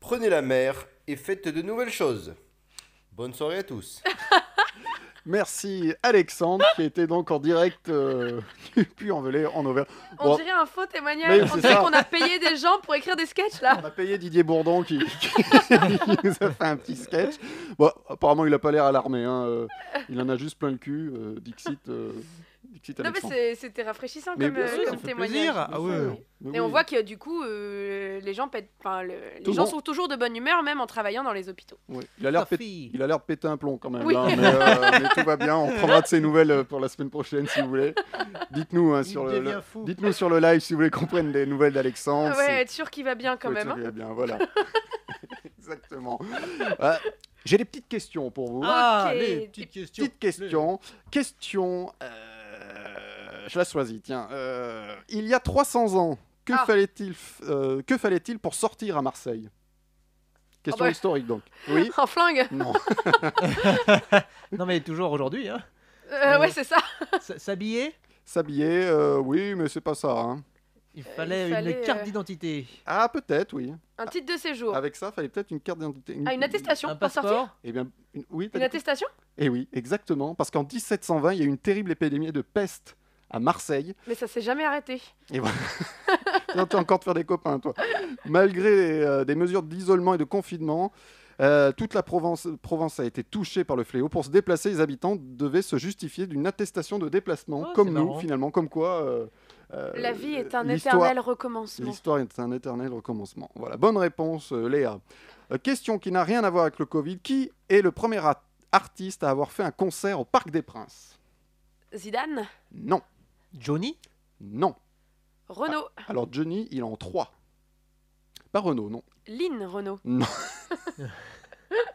Speaker 7: Prenez la mer et faites de nouvelles choses. Bonne soirée à tous.
Speaker 1: Merci Alexandre qui était donc en direct euh, du Puy-en-Velay en Auvergne.
Speaker 2: On
Speaker 1: Bon,
Speaker 2: dirait un faux témoignage.
Speaker 1: Mais
Speaker 2: on
Speaker 1: c'est
Speaker 2: dirait
Speaker 1: ça.
Speaker 2: qu'on a payé des gens pour écrire des sketchs là.
Speaker 1: on a payé Didier Bourdon qui, qui- qui nous a fait un petit sketch. Bon, apparemment il n'a pas l'air alarmé, hein, euh, il en a juste plein le cul, euh, Dixit, euh, Dixit
Speaker 2: Non mais
Speaker 1: Alexandre.
Speaker 2: c'est- c'était rafraîchissant
Speaker 1: Mais
Speaker 2: comme,
Speaker 1: bien
Speaker 2: euh,
Speaker 1: sûr, ça
Speaker 2: comme
Speaker 1: fait
Speaker 2: témoignage.
Speaker 3: plaisir. Ah ouais.
Speaker 2: Et on voit que du coup, euh, les gens, pètent, enfin, le- les
Speaker 1: Tout le
Speaker 2: gens
Speaker 1: monde.
Speaker 2: sont toujours de bonne humeur, même en travaillant dans les hôpitaux.
Speaker 1: Oui, Il a l'air pét-
Speaker 3: Sophie.
Speaker 1: il a l'air de péter un plomb quand même,
Speaker 2: Oui.
Speaker 1: hein, mais, euh, mais tout va bien. On prendra de ses nouvelles euh, pour la semaine prochaine si vous voulez. Dites-nous hein,
Speaker 3: Il
Speaker 1: sur le,
Speaker 3: devient
Speaker 1: le-
Speaker 3: fou.
Speaker 1: dites-nous sur le live si vous voulez qu'on prenne des nouvelles d'Alexandre.
Speaker 2: ouais, être sûr qu'il va bien quand
Speaker 1: Ouais,
Speaker 2: même.
Speaker 1: ça
Speaker 2: hein.
Speaker 1: va bien, voilà. Exactement. Euh, J'ai des petites questions pour vous.
Speaker 3: Ah,
Speaker 2: Ok,
Speaker 3: les
Speaker 2: des
Speaker 3: petites questions.
Speaker 1: Petite question. Question. euh, je la choisis, tiens. Euh, il y a 300 ans, que
Speaker 2: Ah.
Speaker 1: fallait-il f- euh, que fallait-il pour sortir à Marseille Question
Speaker 2: bah.
Speaker 1: historique, donc. Oui
Speaker 2: En flingue
Speaker 1: Non.
Speaker 3: Non, mais toujours aujourd'hui. Hein.
Speaker 2: Euh, Ouais,
Speaker 3: Euh,
Speaker 2: c'est ça.
Speaker 3: S- S'habiller
Speaker 1: S'habiller, euh, oui, mais c'est pas ça. hein.
Speaker 3: il fallait,
Speaker 2: fallait,
Speaker 3: une carte
Speaker 2: euh,
Speaker 3: d'identité.
Speaker 1: Ah, peut-être, oui.
Speaker 2: Un titre de séjour.
Speaker 1: Avec ça, fallait peut-être une carte d'identité.
Speaker 2: Ah, une attestation
Speaker 3: Un
Speaker 2: pour sortir
Speaker 3: passeport
Speaker 1: Eh bien, une- oui. t'as
Speaker 2: Une
Speaker 1: dit-
Speaker 2: attestation
Speaker 1: Eh oui, exactement. Parce qu'en 1720, il y a eu une terrible épidémie de peste à Marseille.
Speaker 2: Mais ça s'est jamais arrêté.
Speaker 1: Non, t'es encore de faire des copains, toi. Malgré euh, des mesures d'isolement et de confinement, euh, toute la Provence, Provence a été touchée par le fléau. Pour se déplacer, les habitants devaient se justifier d'une attestation de déplacement,
Speaker 3: Oh,
Speaker 1: comme
Speaker 3: c'est
Speaker 1: nous,
Speaker 3: marrant.
Speaker 1: finalement, comme quoi. euh, euh,
Speaker 2: La vie est un
Speaker 1: l'histoire-
Speaker 2: éternel recommencement.
Speaker 1: L'histoire est un éternel recommencement. Voilà, bonne réponse, euh, Léa. Euh, question qui n'a rien à voir avec le Covid. Qui est le premier a- artiste à avoir fait un concert au Parc des Princes
Speaker 2: Zidane,
Speaker 1: Non,
Speaker 3: Johnny
Speaker 1: non.
Speaker 2: Renault,
Speaker 1: Alors Johnny, il est en 3. Pas Renault, non.
Speaker 2: Lynn Renault.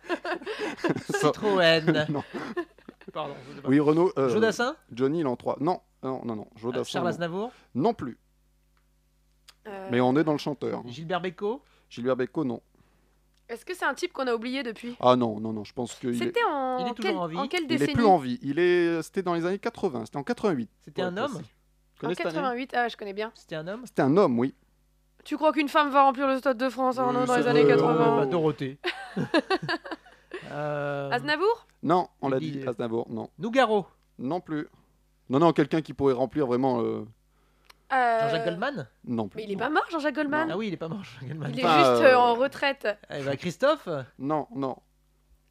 Speaker 1: Ça-
Speaker 3: Citroën
Speaker 1: non.
Speaker 3: Pardon. je sais pas.
Speaker 1: Oui, Renault. euh,
Speaker 3: Jodassin
Speaker 1: Johnny, il en 3. Non, non, non, non.
Speaker 3: Euh,
Speaker 1: Jodassin.
Speaker 3: Charles
Speaker 1: non.
Speaker 3: Aznavour
Speaker 1: Non plus.
Speaker 2: Euh,
Speaker 1: Mais on est dans le chanteur.
Speaker 3: Gilbert Bécaud
Speaker 1: Gilbert Bécaud, non.
Speaker 2: Est-ce que c'est un type qu'on a oublié depuis
Speaker 1: Ah non, non, non. Je pense qu'il est,
Speaker 2: C'était en...
Speaker 3: il est toujours
Speaker 2: quelle-
Speaker 3: en vie.
Speaker 2: en quelle
Speaker 1: il
Speaker 2: décennie
Speaker 1: est plus en vie. Il est, euh, c'était dans les années 80. C'était en 88.
Speaker 3: C'était
Speaker 1: Ouais,
Speaker 3: un homme
Speaker 1: précis. Tu
Speaker 2: En
Speaker 1: connais cette année
Speaker 2: 88, ah, je connais bien.
Speaker 3: C'était un homme
Speaker 1: C'était un homme, oui.
Speaker 2: Tu crois qu'une femme va remplir le stade de France
Speaker 1: Euh,
Speaker 2: Arnaud, dans
Speaker 1: ça
Speaker 2: les
Speaker 1: doit-
Speaker 2: années
Speaker 1: euh,
Speaker 2: 80
Speaker 1: bah,
Speaker 3: Dorothée. euh...
Speaker 2: Aznavour
Speaker 1: Non, on
Speaker 3: Il
Speaker 1: l'a
Speaker 3: dit- euh,
Speaker 1: dit. Aznavour, non.
Speaker 3: Nougaro
Speaker 1: Non plus. Non, non, quelqu'un qui pourrait remplir vraiment. euh,
Speaker 2: Euh,
Speaker 3: Jean-Jacques Goldman
Speaker 1: Non plus.
Speaker 2: Mais il est pas mort, Jean-Jacques Goldman
Speaker 3: Ah oui, il est pas mort, Jean-Jacques Goldman.
Speaker 2: Il est
Speaker 1: Enfin,
Speaker 2: juste
Speaker 1: euh,
Speaker 2: euh, en retraite.
Speaker 3: Eh ben, Christophe Ah,
Speaker 1: Non, non.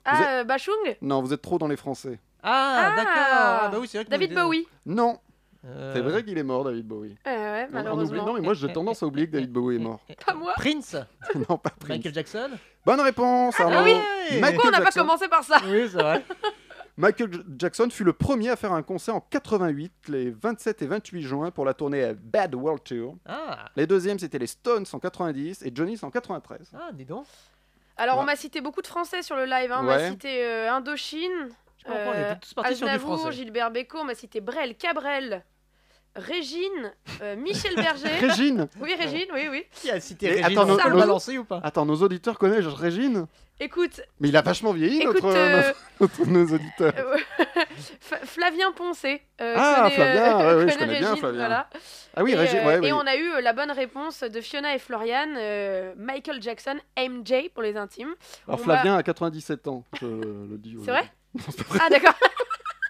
Speaker 2: Ah,
Speaker 1: êtes-
Speaker 2: euh, Bachung
Speaker 1: Non, vous êtes trop dans les Français.
Speaker 3: d'accord Ah, bah oui, c'est vrai que
Speaker 2: David
Speaker 3: nous, on était-
Speaker 2: Bowie
Speaker 1: Non,
Speaker 3: Euh,
Speaker 1: c'est vrai qu'il est mort, David Bowie.
Speaker 2: Ouais, ouais,
Speaker 1: On- on oublie-
Speaker 2: malheureusement.
Speaker 1: Non, mais moi j'ai tendance à oublier que David Bowie est mort.
Speaker 3: Eh,
Speaker 2: Pas moi
Speaker 3: Prince
Speaker 1: non, pas Prince.
Speaker 3: Michael Jackson
Speaker 1: Bonne réponse, Arnaud.
Speaker 2: Ah, oui.
Speaker 1: Michael
Speaker 2: Pourquoi on n'a pas
Speaker 1: Jackson.
Speaker 2: commencé par ça
Speaker 3: Oui, c'est vrai.
Speaker 1: Michael J- Jackson fut le premier à faire un concert en 88, les 27 et 28 juin, pour la tournée Bad World Tour.
Speaker 3: Ah,
Speaker 1: Les deuxièmes, c'était les Stones en 90 et Johnny en 93.
Speaker 3: ah dis donc.
Speaker 2: Alors, on
Speaker 1: Ouais.
Speaker 2: m'a cité beaucoup de Français sur le live. hein. On m'a
Speaker 1: Ouais.
Speaker 2: cité euh, Indochine,
Speaker 3: Je sais pas pourquoi, on
Speaker 2: Euh,
Speaker 3: était tous partis sur du
Speaker 2: Aznavour,
Speaker 3: français.
Speaker 2: Gilbert Bécaud, on m'a cité Brel, Cabrel, Régine, euh, Michel Berger.
Speaker 1: Régine
Speaker 2: oui, Régine, oui, oui.
Speaker 3: Qui a cité
Speaker 1: Mais
Speaker 3: Régine
Speaker 1: attends,
Speaker 3: On
Speaker 1: nos-
Speaker 3: peut le
Speaker 1: nos-
Speaker 3: balancer ou pas
Speaker 1: Attends, nos auditeurs connaissent Régine
Speaker 2: Écoute,
Speaker 1: Mais il a vachement vieilli,
Speaker 2: écoute,
Speaker 1: notre,
Speaker 2: euh,
Speaker 1: notre- nos auditeurs.
Speaker 2: euh, Fa- Flavien Poncé. euh,
Speaker 1: Ah,
Speaker 2: connaît,
Speaker 1: Flavien, ouais, ouais, je
Speaker 2: connaît
Speaker 1: connais bien Flavien.
Speaker 2: voilà.
Speaker 1: Ah oui,
Speaker 2: et,
Speaker 1: Régine,
Speaker 2: euh,
Speaker 1: ouais, oui.
Speaker 2: et on a eu euh, la bonne réponse de Fiona et Florian, euh, Michael Jackson, MJ pour les intimes.
Speaker 1: Alors
Speaker 2: on
Speaker 1: Flavien a 97 ans, je le dis.
Speaker 2: C'est
Speaker 1: aux-
Speaker 2: vrai Ah d'accord.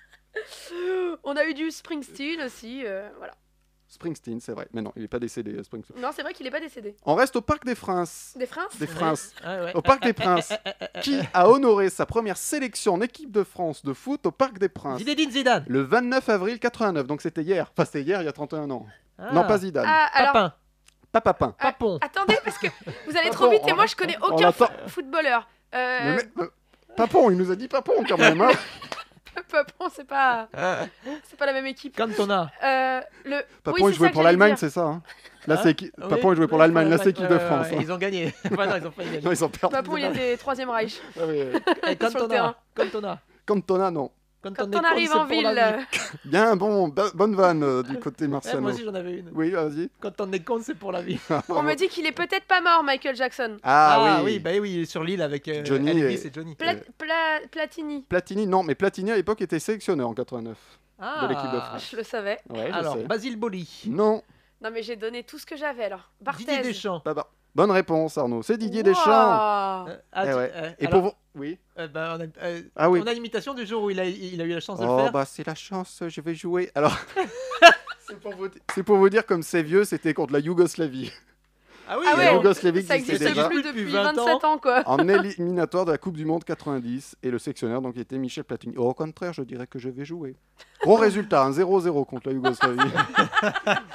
Speaker 2: on a eu du Springsteen aussi, euh, voilà.
Speaker 1: Springsteen, c'est vrai. Mais non, il n'est pas décédé, euh, Springsteen.
Speaker 2: Non, c'est vrai qu'il est pas décédé.
Speaker 1: On reste au Parc des Princes.
Speaker 2: Des freins
Speaker 1: Des Princes.
Speaker 3: Ah, ouais.
Speaker 1: Au Parc des Princes. Qui
Speaker 3: ah,
Speaker 1: a honoré sa première sélection en équipe de France de foot au Parc des Princes
Speaker 3: Zinedine Zidane
Speaker 1: Le 29 avril 89, donc c'était hier. Enfin, c'était hier, il y a 31 ans. Non, pas Zidane.
Speaker 2: Ah, alors Ah,
Speaker 3: Papin,
Speaker 1: Pas Papin.
Speaker 3: Papon.
Speaker 2: attendez parce que vous allez
Speaker 1: Papon,
Speaker 2: trop vite et
Speaker 1: on
Speaker 2: moi je connais
Speaker 1: on
Speaker 2: aucun
Speaker 1: l'attend.
Speaker 2: fo- footballeur. Euh,
Speaker 1: Mais- mais- Papon, il nous a dit Papon quand même. hein.
Speaker 2: Papon, c'est pas
Speaker 3: Ah.
Speaker 2: c'est pas la même équipe.
Speaker 3: Cantona.
Speaker 2: Euh, le
Speaker 1: Papon,
Speaker 2: Oui, c'est
Speaker 1: il
Speaker 2: ça
Speaker 1: jouait
Speaker 2: que
Speaker 1: pour
Speaker 2: j'allais
Speaker 1: l'Allemagne,
Speaker 2: dire.
Speaker 1: c'est ça hein Là,
Speaker 3: Hein
Speaker 1: c'est équi- Papon, il jouait pour l'Allemagne, là, c'est équipe de France.
Speaker 3: Ouais, ouais, Ils ont gagné. Enfin, non, ils ont pas
Speaker 1: hein. Non,
Speaker 3: gagné.
Speaker 1: ils ont perdu.
Speaker 2: Papon, Bah, il était troisième Reich.
Speaker 1: Ah oui, oui.
Speaker 3: Eh,
Speaker 2: sur le terrain.
Speaker 3: Cantona. Cantona.
Speaker 1: Cantona, non.
Speaker 2: Quand
Speaker 3: Cantona,
Speaker 2: on arrive
Speaker 3: c'est
Speaker 2: en
Speaker 3: pour la vie.
Speaker 2: ville,
Speaker 1: Bien, bon, bo- bonne vanne euh, du côté
Speaker 3: Eh,
Speaker 1: Marciano.
Speaker 3: moi aussi j'en avais une.
Speaker 1: Oui, vas-y.
Speaker 3: Quand on est con, c'est pour la vie.
Speaker 2: on me dit qu'il est peut-être pas mort, Michael Jackson.
Speaker 1: Ah, oui.
Speaker 3: bah oui, il est sur l'île avec euh,
Speaker 1: Johnny
Speaker 3: Elvis
Speaker 1: et- Euh,
Speaker 3: et Johnny.
Speaker 2: Pla- Pla- Platini.
Speaker 1: Platini, non, mais Platini à l'époque était sélectionneur en 89.
Speaker 3: Ah.
Speaker 1: de l'équipe de France.
Speaker 2: Je le savais.
Speaker 1: Ouais, je
Speaker 3: Alors,
Speaker 1: sais.
Speaker 3: Basile Boli,
Speaker 1: Non,
Speaker 2: Non, mais j'ai donné tout ce que j'avais alors. Barthez.
Speaker 3: Didier Deschamps.
Speaker 1: bah, bah. Bonne réponse, Arnaud. C'est Didier
Speaker 2: Waouh.
Speaker 1: Deschamps.
Speaker 3: Euh, ah,
Speaker 1: Eh
Speaker 3: tu-
Speaker 1: ouais.
Speaker 3: euh,
Speaker 1: Et
Speaker 3: alors,
Speaker 1: pour vous. Oui.
Speaker 3: euh, bah, on a, euh,
Speaker 1: Ah oui.
Speaker 3: on a l'imitation du jour où il a, il a eu la chance de le
Speaker 1: Oh,
Speaker 3: faire.
Speaker 1: bah, c'est la chance, je vais jouer. Alors. c'est pour vous di- C'est pour vous dire comme c'est vieux, c'était contre la Yougoslavie.
Speaker 3: Ah oui,
Speaker 2: Ah
Speaker 1: La
Speaker 2: ouais.
Speaker 1: Yougoslavie
Speaker 2: Ça
Speaker 1: existait
Speaker 2: existe
Speaker 1: déjà.
Speaker 2: plus
Speaker 3: Depuis
Speaker 2: depuis
Speaker 3: 20 ans.
Speaker 2: 27 ans, quoi.
Speaker 1: en éliminatoire de la Coupe du Monde 90 et le sectionnaire donc était Michel Platini. Au contraire, je dirais que je vais jouer. Gros résultat, un 0-0 contre la Yougoslavie.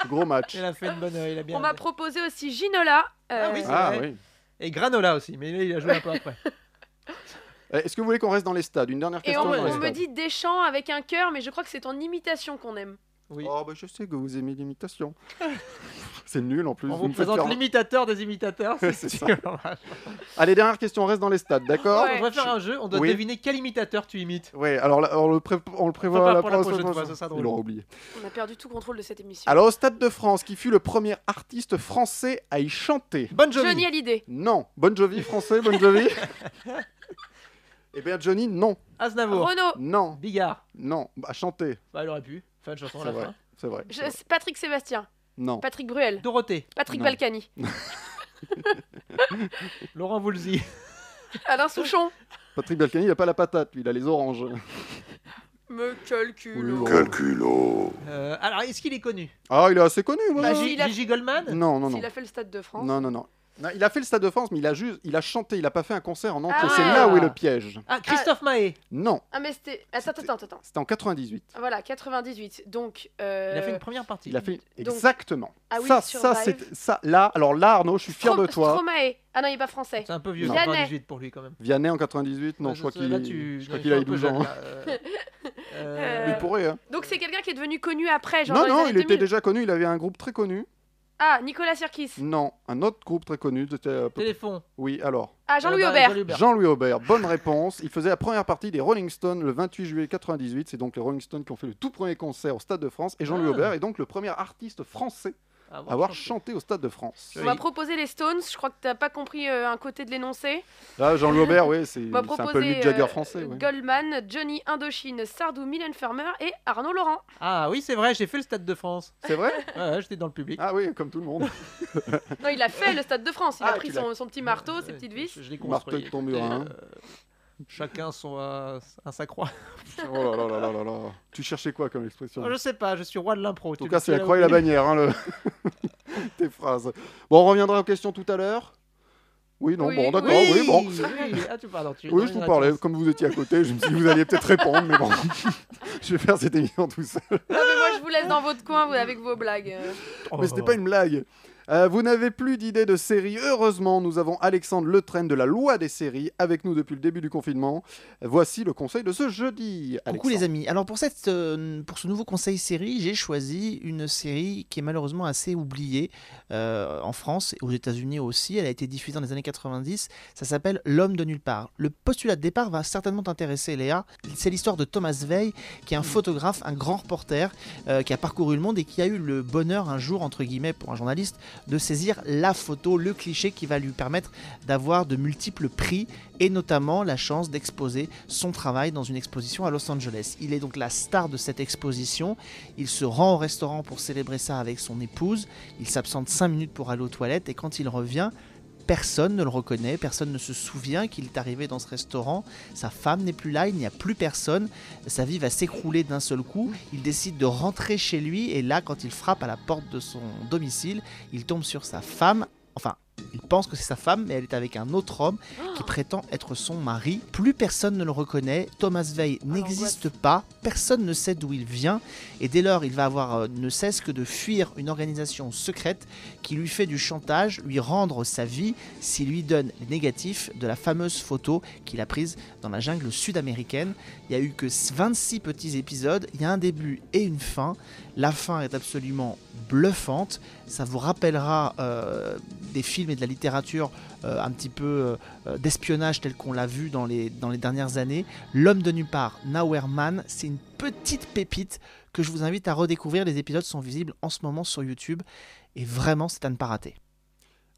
Speaker 1: Gros match.
Speaker 3: il a fait une bonne. euh, il a bien.
Speaker 2: On m'a proposé aussi Ginola. euh,
Speaker 3: Ah oui,
Speaker 1: Ah
Speaker 3: vrai.
Speaker 1: oui.
Speaker 3: Et Granola aussi, mais il a joué un peu après.
Speaker 1: Euh, Est-ce que vous voulez qu'on reste dans les stades Une dernière
Speaker 2: Et
Speaker 1: question
Speaker 2: on,
Speaker 1: dans les
Speaker 2: on me
Speaker 1: stades.
Speaker 2: dit Deschamps avec un cœur, mais je crois que c'est ton imitation qu'on aime.
Speaker 3: Oui.
Speaker 1: Oh, bah, je sais que vous aimez l'imitation. C'est nul en plus.
Speaker 3: on
Speaker 1: vous
Speaker 3: vous
Speaker 1: me faites
Speaker 3: présente
Speaker 1: faire-
Speaker 3: l'imitateur des imitateurs.
Speaker 1: Ouais,
Speaker 3: c'est
Speaker 1: c'est Oh,
Speaker 3: sûr.
Speaker 1: Allez, dernière question, on reste dans les stades, d'accord
Speaker 2: Ouais.
Speaker 3: On va faire un jeu, on doit
Speaker 1: Oui.
Speaker 3: deviner quel imitateur tu imites.
Speaker 1: Ouais, alors là, on le, pré- on le prévoit
Speaker 3: Prépare
Speaker 1: à la
Speaker 3: pour la
Speaker 1: prochaine
Speaker 3: prochaine
Speaker 1: fois.
Speaker 3: fois, ça sera drôle.
Speaker 1: Ils l'auront oublié.
Speaker 2: On a perdu tout contrôle de cette émission.
Speaker 1: Alors, au Stade de France, qui fut le premier artiste français à y chanter
Speaker 3: Bonne Jovi.
Speaker 2: Johnny Hallyday.
Speaker 1: Non. Bon Jovi français, Bon Jovi Eh bien Johnny, non.
Speaker 3: Aznavour.
Speaker 2: Renaud.
Speaker 1: Non.
Speaker 3: Bigard.
Speaker 1: Non. Bah chanter,
Speaker 3: Bah, il aurait pu. Fin de chanson à
Speaker 1: C'est
Speaker 3: la
Speaker 1: vrai.
Speaker 3: fin.
Speaker 1: c'est vrai.
Speaker 2: je-
Speaker 1: c'est vrai.
Speaker 2: Patrick Sébastien.
Speaker 1: Non.
Speaker 2: Patrick Bruel.
Speaker 3: Dorothée.
Speaker 2: Patrick
Speaker 1: Non.
Speaker 2: Balkany.
Speaker 3: Laurent Voulzy.
Speaker 2: Alain Souchon.
Speaker 1: Patrick Balkany, il a pas la patate, lui, il a les oranges.
Speaker 2: Me calcule.
Speaker 1: Oui, bon.
Speaker 3: Euh, alors, est-ce qu'il est connu
Speaker 1: Ah, il est assez connu, moi.
Speaker 2: Bah,
Speaker 3: Gigi-
Speaker 2: il a-
Speaker 3: Gigi Goldman
Speaker 1: Non, non, non.
Speaker 2: S'il a fait le Stade de France.
Speaker 1: Non, non, non. Non, il a fait le Stade de France, mais il a juste, il a chanté, il a pas fait un concert en entier.
Speaker 2: Ah
Speaker 1: C'est
Speaker 2: ouais.
Speaker 1: là où est le piège.
Speaker 3: Ah, Christophe Mahé.
Speaker 1: Non,
Speaker 2: Ah, mais c'était. Attends, attends, attends, attends.
Speaker 1: c'était en 98.
Speaker 2: Voilà, 98. Donc. euh,
Speaker 3: Il a fait une première partie.
Speaker 1: Il a fait
Speaker 2: Donc-
Speaker 1: exactement.
Speaker 2: Ah oui,
Speaker 1: ça,
Speaker 2: sur
Speaker 1: ça,
Speaker 2: Drive.
Speaker 1: c'est ça. Là, alors là, Arnaud, je suis fier de
Speaker 2: Stro-
Speaker 1: toi.
Speaker 2: Stromae. Ah non, il est pas français.
Speaker 3: C'est un peu vieux,
Speaker 2: Non.
Speaker 3: 98 pour lui quand même.
Speaker 1: Vianney en 98, non, je crois qu'il,
Speaker 3: Là, tu-
Speaker 1: je crois
Speaker 3: non,
Speaker 1: qu'il
Speaker 3: il
Speaker 1: a
Speaker 3: faut un peu
Speaker 1: 12
Speaker 3: jeune,
Speaker 1: ans.
Speaker 3: là, euh. Euh,
Speaker 1: Il pourrait. hein.
Speaker 2: Donc c'est quelqu'un qui est devenu connu après, genre.
Speaker 1: Non,
Speaker 2: dans les
Speaker 1: non,
Speaker 2: années
Speaker 1: il était
Speaker 2: 2000.
Speaker 1: déjà connu. Il avait un groupe très connu.
Speaker 2: Ah, Nicolas Sirkis.
Speaker 1: Non, un autre groupe très connu. C'était, euh, peu-
Speaker 3: Téléphone.
Speaker 1: oui, alors.
Speaker 2: Ah, Jean-Louis
Speaker 3: Euh, bah,
Speaker 2: Aubert.
Speaker 3: Jean-Louis Aubert.
Speaker 1: Jean-Louis Aubert, bonne réponse. Il faisait la première partie des Rolling Stones le 28 juillet 98. C'est donc les Rolling Stones qui ont fait le tout premier concert au Stade de France. Et Jean-Louis
Speaker 3: Ah.
Speaker 1: Aubert est donc le premier artiste français
Speaker 3: Ah, bon,
Speaker 1: à avoir
Speaker 3: je pense
Speaker 1: chanté au Stade de France.
Speaker 2: On m'a proposé les Stones, je crois que t'as pas compris euh, un côté de l'énoncé.
Speaker 1: Là, Ah, Jean-Louis Aubert, oui, c'est,
Speaker 2: On m'a
Speaker 1: c'est un
Speaker 2: proposé
Speaker 1: peu le Mick Jagger
Speaker 2: euh,
Speaker 1: français. oui.
Speaker 2: Goldman, Johnny Indochine, Sardou, Mylène Farmer et Arnaud Laurent.
Speaker 3: que- Ah oui, c'est vrai, j'ai fait le Stade de France.
Speaker 1: C'est vrai
Speaker 3: Ouais, ouais, j'étais dans le public.
Speaker 1: Ah oui, comme tout le monde.
Speaker 2: Non, il a fait le Stade de France, il
Speaker 1: Ah,
Speaker 2: a pris
Speaker 1: tu l'as-
Speaker 2: son, son petit marteau, ses
Speaker 3: Euh,
Speaker 2: petites vis.
Speaker 3: Je, je l'ai
Speaker 1: Marteau
Speaker 3: construit.
Speaker 1: avec ton
Speaker 3: écoutez,
Speaker 1: mur, hein.
Speaker 3: euh, Chacun son euh, un sa croix. euh,
Speaker 1: Oh là là là là là là. Tu cherchais quoi comme expression
Speaker 3: Oh, je sais pas, je suis roi de l'impro.
Speaker 1: En
Speaker 3: tu
Speaker 1: tout
Speaker 3: le
Speaker 1: cas, c'est
Speaker 3: sais,
Speaker 1: la
Speaker 3: là,
Speaker 1: croix et la
Speaker 3: Olivier.
Speaker 1: bannière, hein, le... tes phrases. Bon, on reviendra aux questions tout à l'heure. Oui, non,
Speaker 2: Oui,
Speaker 1: bon, d'accord,
Speaker 3: Oui,
Speaker 1: oui, bon.
Speaker 3: oui. Ah, tu parles, tu-
Speaker 1: Oui, je vous parlais. Comme vous étiez à côté, je me suis dit, vous alliez peut-être répondre, mais bon, je vais faire cette émission tout seul.
Speaker 2: Non, mais moi je vous laisse dans votre coin vous, avec vos blagues. euh.
Speaker 3: Oh.
Speaker 1: Mais ce n'est pas une blague. Euh, vous n'avez plus d'idées de séries. Heureusement, nous avons Alexandre Le Train de la loi des séries avec nous depuis le début du confinement. Voici le conseil de ce jeudi.
Speaker 8: Coucou les amis. Alors pour, cette, euh, pour ce nouveau conseil série, j'ai choisi une série qui est malheureusement assez oubliée euh, en France, et aux États-Unis aussi. Elle a été diffusée dans les années 90. Ça s'appelle L'homme de nulle part. Le postulat de départ va certainement t'intéresser, Léa. C'est l'histoire de Thomas Veil, qui est un photographe, un grand reporter, euh, qui a parcouru le monde et qui a eu le bonheur un jour, entre guillemets, pour un journaliste, de saisir la photo, le cliché qui va lui permettre d'avoir de multiples prix et notamment la chance d'exposer son travail dans une exposition à Los Angeles. Il est donc la star de cette exposition. Il se rend au restaurant pour célébrer ça avec son épouse. Il s'absente 5 minutes pour aller aux toilettes et quand il revient, personne ne le reconnaît, personne ne se souvient qu'il est arrivé dans ce restaurant. Sa femme n'est plus là, il n'y a plus personne. Sa vie va s'écrouler d'un seul coup. Il décide de rentrer chez lui et là, quand il frappe à la porte de son domicile, il tombe sur sa femme. Enfin, il pense que c'est sa femme, mais elle est avec un autre homme qui prétend être son mari. Plus personne ne le reconnaît, Thomas Veil n'existe pas, personne ne sait d'où il vient, et dès lors il va avoir euh, ne cesse que de fuir une organisation secrète qui lui fait du chantage, lui rendre sa vie, s'il lui donne les négatifs de la fameuse photo qu'il a prise dans la jungle sud-américaine. Il n'y a eu que 26 petits épisodes, il y a un début et une fin. La fin est absolument bluffante, ça vous rappellera euh, des films et de la littérature euh, un petit peu... euh, euh, d'espionnage tel qu'on l'a vu dans les, dans les dernières années. L'homme de nulle part, Nowhere Man, c'est une petite pépite que je vous invite à redécouvrir. Les épisodes sont visibles en ce moment sur YouTube et vraiment, c'est à ne pas rater.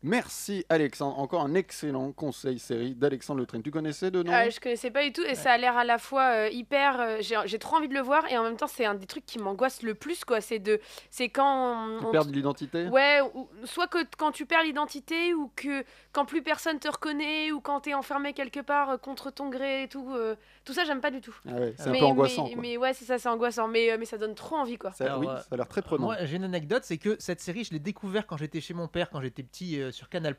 Speaker 1: Merci Alexandre, encore un excellent conseil série d'Alexandre Le Train. Tu connaissais de nom
Speaker 2: Ah, je connaissais pas du tout et ça a l'air à la fois euh, hyper. euh, j'ai j'ai trop envie de le voir et en même temps, c'est un des trucs qui m'angoisse le plus, quoi. C'est de, c'est quand. on-
Speaker 1: Tu
Speaker 2: on-
Speaker 1: perds de l'identité
Speaker 2: Ouais, ou- soit que t- quand tu perds l'identité ou que quand plus personne te reconnaît ou quand t'es enfermé quelque part euh, contre ton gré et tout. euh, tout ça, j'aime pas du tout.
Speaker 1: Ah ouais, C'est un
Speaker 2: Mais-
Speaker 1: peu angoissant.
Speaker 2: Mais,
Speaker 1: quoi.
Speaker 2: mais ouais, c'est ça, c'est angoissant. Mais, euh, mais ça donne trop envie, quoi.
Speaker 1: Ça,
Speaker 3: Alors,
Speaker 1: oui,
Speaker 3: euh,
Speaker 1: ça a l'air très prenant.
Speaker 3: Moi, j'ai une anecdote, c'est que cette série, je l'ai découvert quand j'étais chez mon père, quand j'étais petit euh, sur Canal+.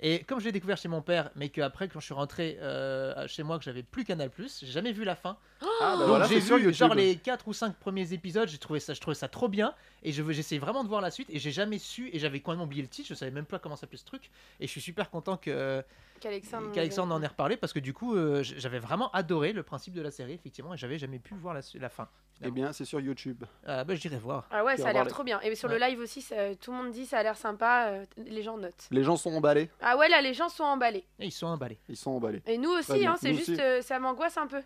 Speaker 3: Et comme je l'ai découvert chez mon père, mais qu'après, quand je suis rentré euh, à- chez moi, que j'avais plus Canal+, j'ai jamais vu la fin.
Speaker 1: Ah, bah
Speaker 3: Donc
Speaker 1: voilà,
Speaker 3: j'ai
Speaker 1: c'est sur
Speaker 3: vu
Speaker 1: YouTube.
Speaker 3: genre les 4 ou 5 premiers épisodes, j'ai trouvé ça, je trouvais ça trop bien, et je veux- j'essayais vraiment de voir la suite, et j'ai jamais su, et j'avais complètement oublié le titre, je savais même pas comment s'appelait ce truc, et je suis super content que euh,
Speaker 2: Qu'Alexandre.
Speaker 3: qu'Alexandre en ait reparlé, parce que du coup, euh, j- j'avais vraiment adoré le principe de la série, effectivement, et j'avais jamais pu voir la, su- la fin.
Speaker 1: Eh bien, c'est sur YouTube.
Speaker 3: Ah bah, j'irai voir.
Speaker 2: Ah ouais,
Speaker 1: Puis
Speaker 2: ça a
Speaker 1: avoir les-
Speaker 2: l'air trop bien. Et sur le live aussi, ça- tout le monde dit ça a l'air sympa. euh, les gens notent.
Speaker 1: Les gens sont emballés.
Speaker 2: Ah ouais, là, les gens sont emballés.
Speaker 3: Et ils sont emballés.
Speaker 1: Ils sont emballés.
Speaker 2: Et nous
Speaker 1: Très
Speaker 2: aussi,
Speaker 1: bien.
Speaker 2: hein, c'est
Speaker 1: Nous
Speaker 2: juste,
Speaker 1: aussi.
Speaker 2: euh, ça m'angoisse un peu.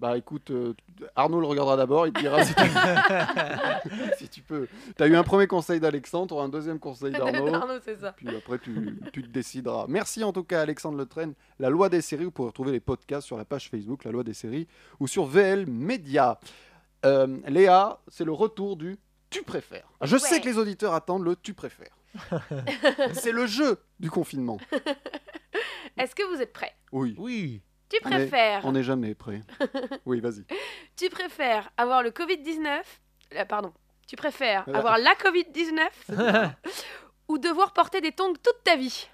Speaker 1: Bah écoute, euh, Arnaud le regardera d'abord, il te dira si tu, si tu peux. T'as eu un premier conseil d'Alexandre, t'auras un deuxième conseil d'Arnaud.
Speaker 2: Arnaud, c'est ça.
Speaker 1: Puis après, tu, tu te décideras. Merci en tout cas, Alexandre Le Train. La loi des séries, vous pouvez retrouver les podcasts sur la page Facebook, la loi des séries, ou sur VL Média. Euh, Léa, c'est le retour du tu préfères. Je sais
Speaker 2: Ouais.
Speaker 1: que les auditeurs attendent le tu préfères. c'est le jeu du confinement.
Speaker 2: Est-ce que vous êtes prêts
Speaker 1: Oui,
Speaker 3: Oui.
Speaker 2: Tu
Speaker 1: On est-
Speaker 2: préfères,
Speaker 1: on n'est jamais prêt. Oui, vas-y.
Speaker 2: tu préfères avoir le Covid-19 euh, Pardon. Tu préfères
Speaker 1: Voilà.
Speaker 2: avoir la Covid-19 ou devoir porter des tongs toute ta vie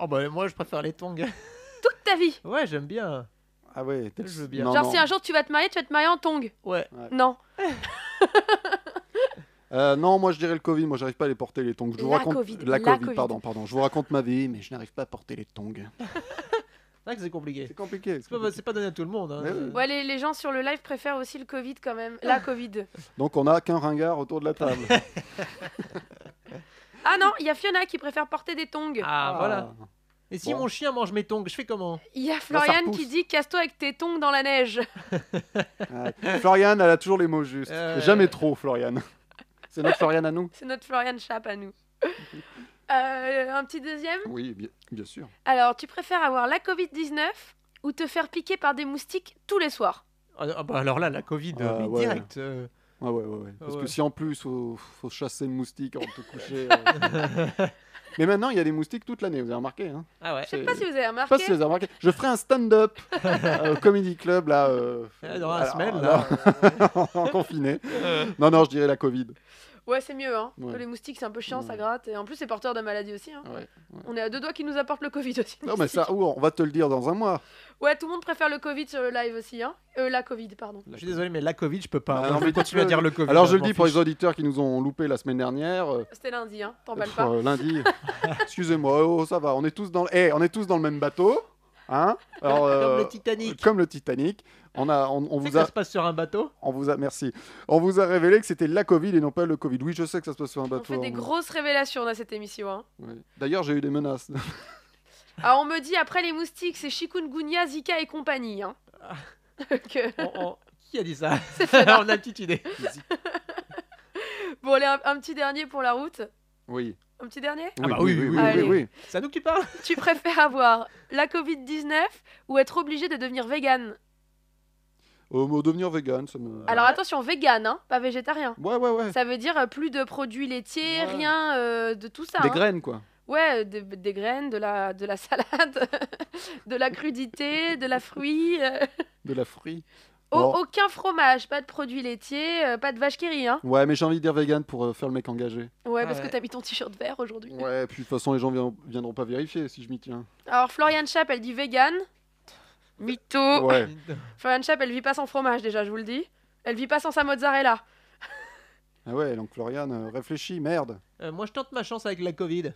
Speaker 3: Oh bah moi je préfère les tongs.
Speaker 2: Toute ta vie
Speaker 3: Ouais j'aime bien.
Speaker 1: Ah ouais, t'es-
Speaker 3: Je veux bien.
Speaker 1: Non,
Speaker 2: Genre,
Speaker 1: non.
Speaker 2: si un jour tu vas te marier, tu vas te marier en tongs.
Speaker 3: Ouais.
Speaker 2: Non.
Speaker 1: Euh, non, moi je dirais le Covid, moi j'arrive pas à les porter les tongs. Je vous
Speaker 2: La
Speaker 1: raconte
Speaker 2: Covid,
Speaker 1: la,
Speaker 2: la
Speaker 1: COVID,
Speaker 2: Covid.
Speaker 1: pardon, pardon. Je vous raconte ma vie, mais je n'arrive pas à porter les tongs.
Speaker 3: C'est vrai Ah, que c'est compliqué.
Speaker 1: C'est compliqué. c'est
Speaker 3: C'est pas,
Speaker 1: compliqué.
Speaker 3: c'est pas donné à tout le monde. hein.
Speaker 1: Mais oui.
Speaker 2: Ouais, les, les gens sur le live préfèrent aussi le Covid quand même. La Covid.
Speaker 1: Donc on a qu'un ringard autour de la table. ah,
Speaker 2: Ah non, il y a Fiona qui préfère porter des tongs. Il
Speaker 3: Ah, voilà. Et si
Speaker 1: Bon.
Speaker 3: mon chien mange mes tongs, je fais comment
Speaker 2: y a Florian
Speaker 1: repousse.
Speaker 2: qui dit casse-toi avec tes tongs dans la neige.
Speaker 1: Ah, Floriane, elle a toujours les mots justes.
Speaker 3: Euh,
Speaker 1: Jamais trop, Floriane. C'est notre Floriane à nous. Mhm.
Speaker 2: C'est notre Florian Chap à nous. Euh, un petit deuxième.
Speaker 1: Oui, bien, bien sûr.
Speaker 2: Alors, tu préfères avoir la Covid-19 ou te faire piquer par des moustiques tous les soirs
Speaker 3: ah, ah bah alors là la Covid euh,
Speaker 1: Ah,
Speaker 3: mais
Speaker 1: ouais.
Speaker 3: direct. euh,
Speaker 1: Ouais, ouais, ouais, ouais. Parce
Speaker 3: Ah ouais.
Speaker 1: que si en plus faut, faut chasser le moustique avant de te coucher. euh, Mais maintenant, il y a des moustiques toute l'année, vous avez remarqué. Hein
Speaker 3: Ah ouais.
Speaker 2: Je sais pas si vous
Speaker 1: Je sais
Speaker 2: avez
Speaker 1: pas
Speaker 2: remarqué.
Speaker 1: si vous avez remarqué. Je ferai un stand-up euh, au Comedy Club là. euh,
Speaker 3: Ah, Dans la
Speaker 1: alors,
Speaker 3: semaine
Speaker 1: là,
Speaker 3: là. Euh.
Speaker 1: en confiné. Non, non, je dirais la Covid.
Speaker 2: Ouais, c'est mieux. Hein.
Speaker 1: Ouais.
Speaker 2: Les moustiques, c'est un peu chiant,
Speaker 1: Ouais.
Speaker 2: ça gratte. Et en plus, c'est porteur de maladie aussi. hein.
Speaker 1: Ouais, ouais.
Speaker 2: On est à deux doigts qui nous apportent le Covid aussi. le
Speaker 1: Non, mais ça, oh.
Speaker 2: moustique.
Speaker 1: ouh, on va te le dire dans un mois.
Speaker 2: Ouais, tout le monde préfère le Covid sur le live aussi. Hein. Euh, la Covid, pardon.
Speaker 3: Je suis désolé mais la Covid je peux pas.
Speaker 1: Bah,
Speaker 3: Moi,
Speaker 1: non,
Speaker 3: je
Speaker 1: mais
Speaker 3: vais continuer à
Speaker 1: tu
Speaker 3: dire le Covid.
Speaker 1: Alors, je
Speaker 3: là,
Speaker 1: le
Speaker 3: m'en
Speaker 1: dis pour les
Speaker 3: fiche.
Speaker 1: auditeurs qui nous ont loupé la semaine dernière, euh,
Speaker 2: C'était lundi, hein. t'emballes
Speaker 1: pff,
Speaker 2: pas.
Speaker 1: euh, lundi. Excusez-moi, oh, ça va, on est tous dans, le- eh, on est tous dans le même bateau, hein Alors,
Speaker 3: Comme
Speaker 1: euh,
Speaker 3: le Titanic.
Speaker 1: comme le Titanic. On a, on, on
Speaker 3: Tu sais que
Speaker 1: vous a,
Speaker 3: ça se passe sur un bateau
Speaker 1: on vous a, merci. On vous a révélé que c'était la Covid et non pas le Covid. Oui, je sais que ça se passe sur un
Speaker 2: On
Speaker 1: bateau.
Speaker 2: fait des
Speaker 1: on-
Speaker 2: grosses révélations dans cette émission. Hein.
Speaker 1: ouais. D'ailleurs, j'ai eu des menaces.
Speaker 2: Ah, on me dit après les moustiques, c'est chikungunya, zika et compagnie. Hein.
Speaker 3: Ah.
Speaker 2: Que-
Speaker 3: On- on- Qui a dit ça On a une petite idée.
Speaker 2: Bon, allez, un, un petit dernier pour la route.
Speaker 1: Oui.
Speaker 2: Un petit dernier
Speaker 3: Ah bah oui, oui, oui,
Speaker 1: oui,
Speaker 2: oui.
Speaker 1: oui.
Speaker 3: C'est à nous que tu parles
Speaker 2: Tu préfères avoir la Covid-19 ou être obligé de devenir vegan
Speaker 1: Au mot devenir vegan, ça me.
Speaker 2: Alors attention, vegan, hein, pas végétarien.
Speaker 1: Bah. Ouais, ouais, ouais.
Speaker 2: Ça veut dire euh, plus de produits laitiers,
Speaker 1: Ouais.
Speaker 2: rien euh, de tout ça.
Speaker 1: Des
Speaker 2: hein.
Speaker 1: graines, quoi.
Speaker 2: Ouais, euh, des- des graines, de la, de la salade, de la crudité, de la fruit. euh,
Speaker 1: De la fruit.
Speaker 2: au-
Speaker 1: Bon.
Speaker 2: Aucun fromage, pas de produits laitiers, euh, pas de vache qui rit. Hein.
Speaker 1: Ouais, mais j'ai envie de dire vegan pour euh, faire le mec engagé.
Speaker 2: Ouais, parce
Speaker 3: Ouais.
Speaker 2: que t'as mis ton t-shirt vert aujourd'hui.
Speaker 1: Ouais, puis de toute façon, les gens viendront, viendront pas vérifier si je m'y tiens.
Speaker 2: Alors, Florian Chap, elle dit vegan. Mytho.
Speaker 1: Ouais.
Speaker 2: Florian Chap, elle vit pas sans fromage déjà, je vous le dis. Elle vit pas sans sa mozzarella.
Speaker 1: Ah ouais, donc Floriane, euh, réfléchis, merde.
Speaker 3: Euh, Moi je tente ma chance avec la
Speaker 1: Euh,
Speaker 3: Covid.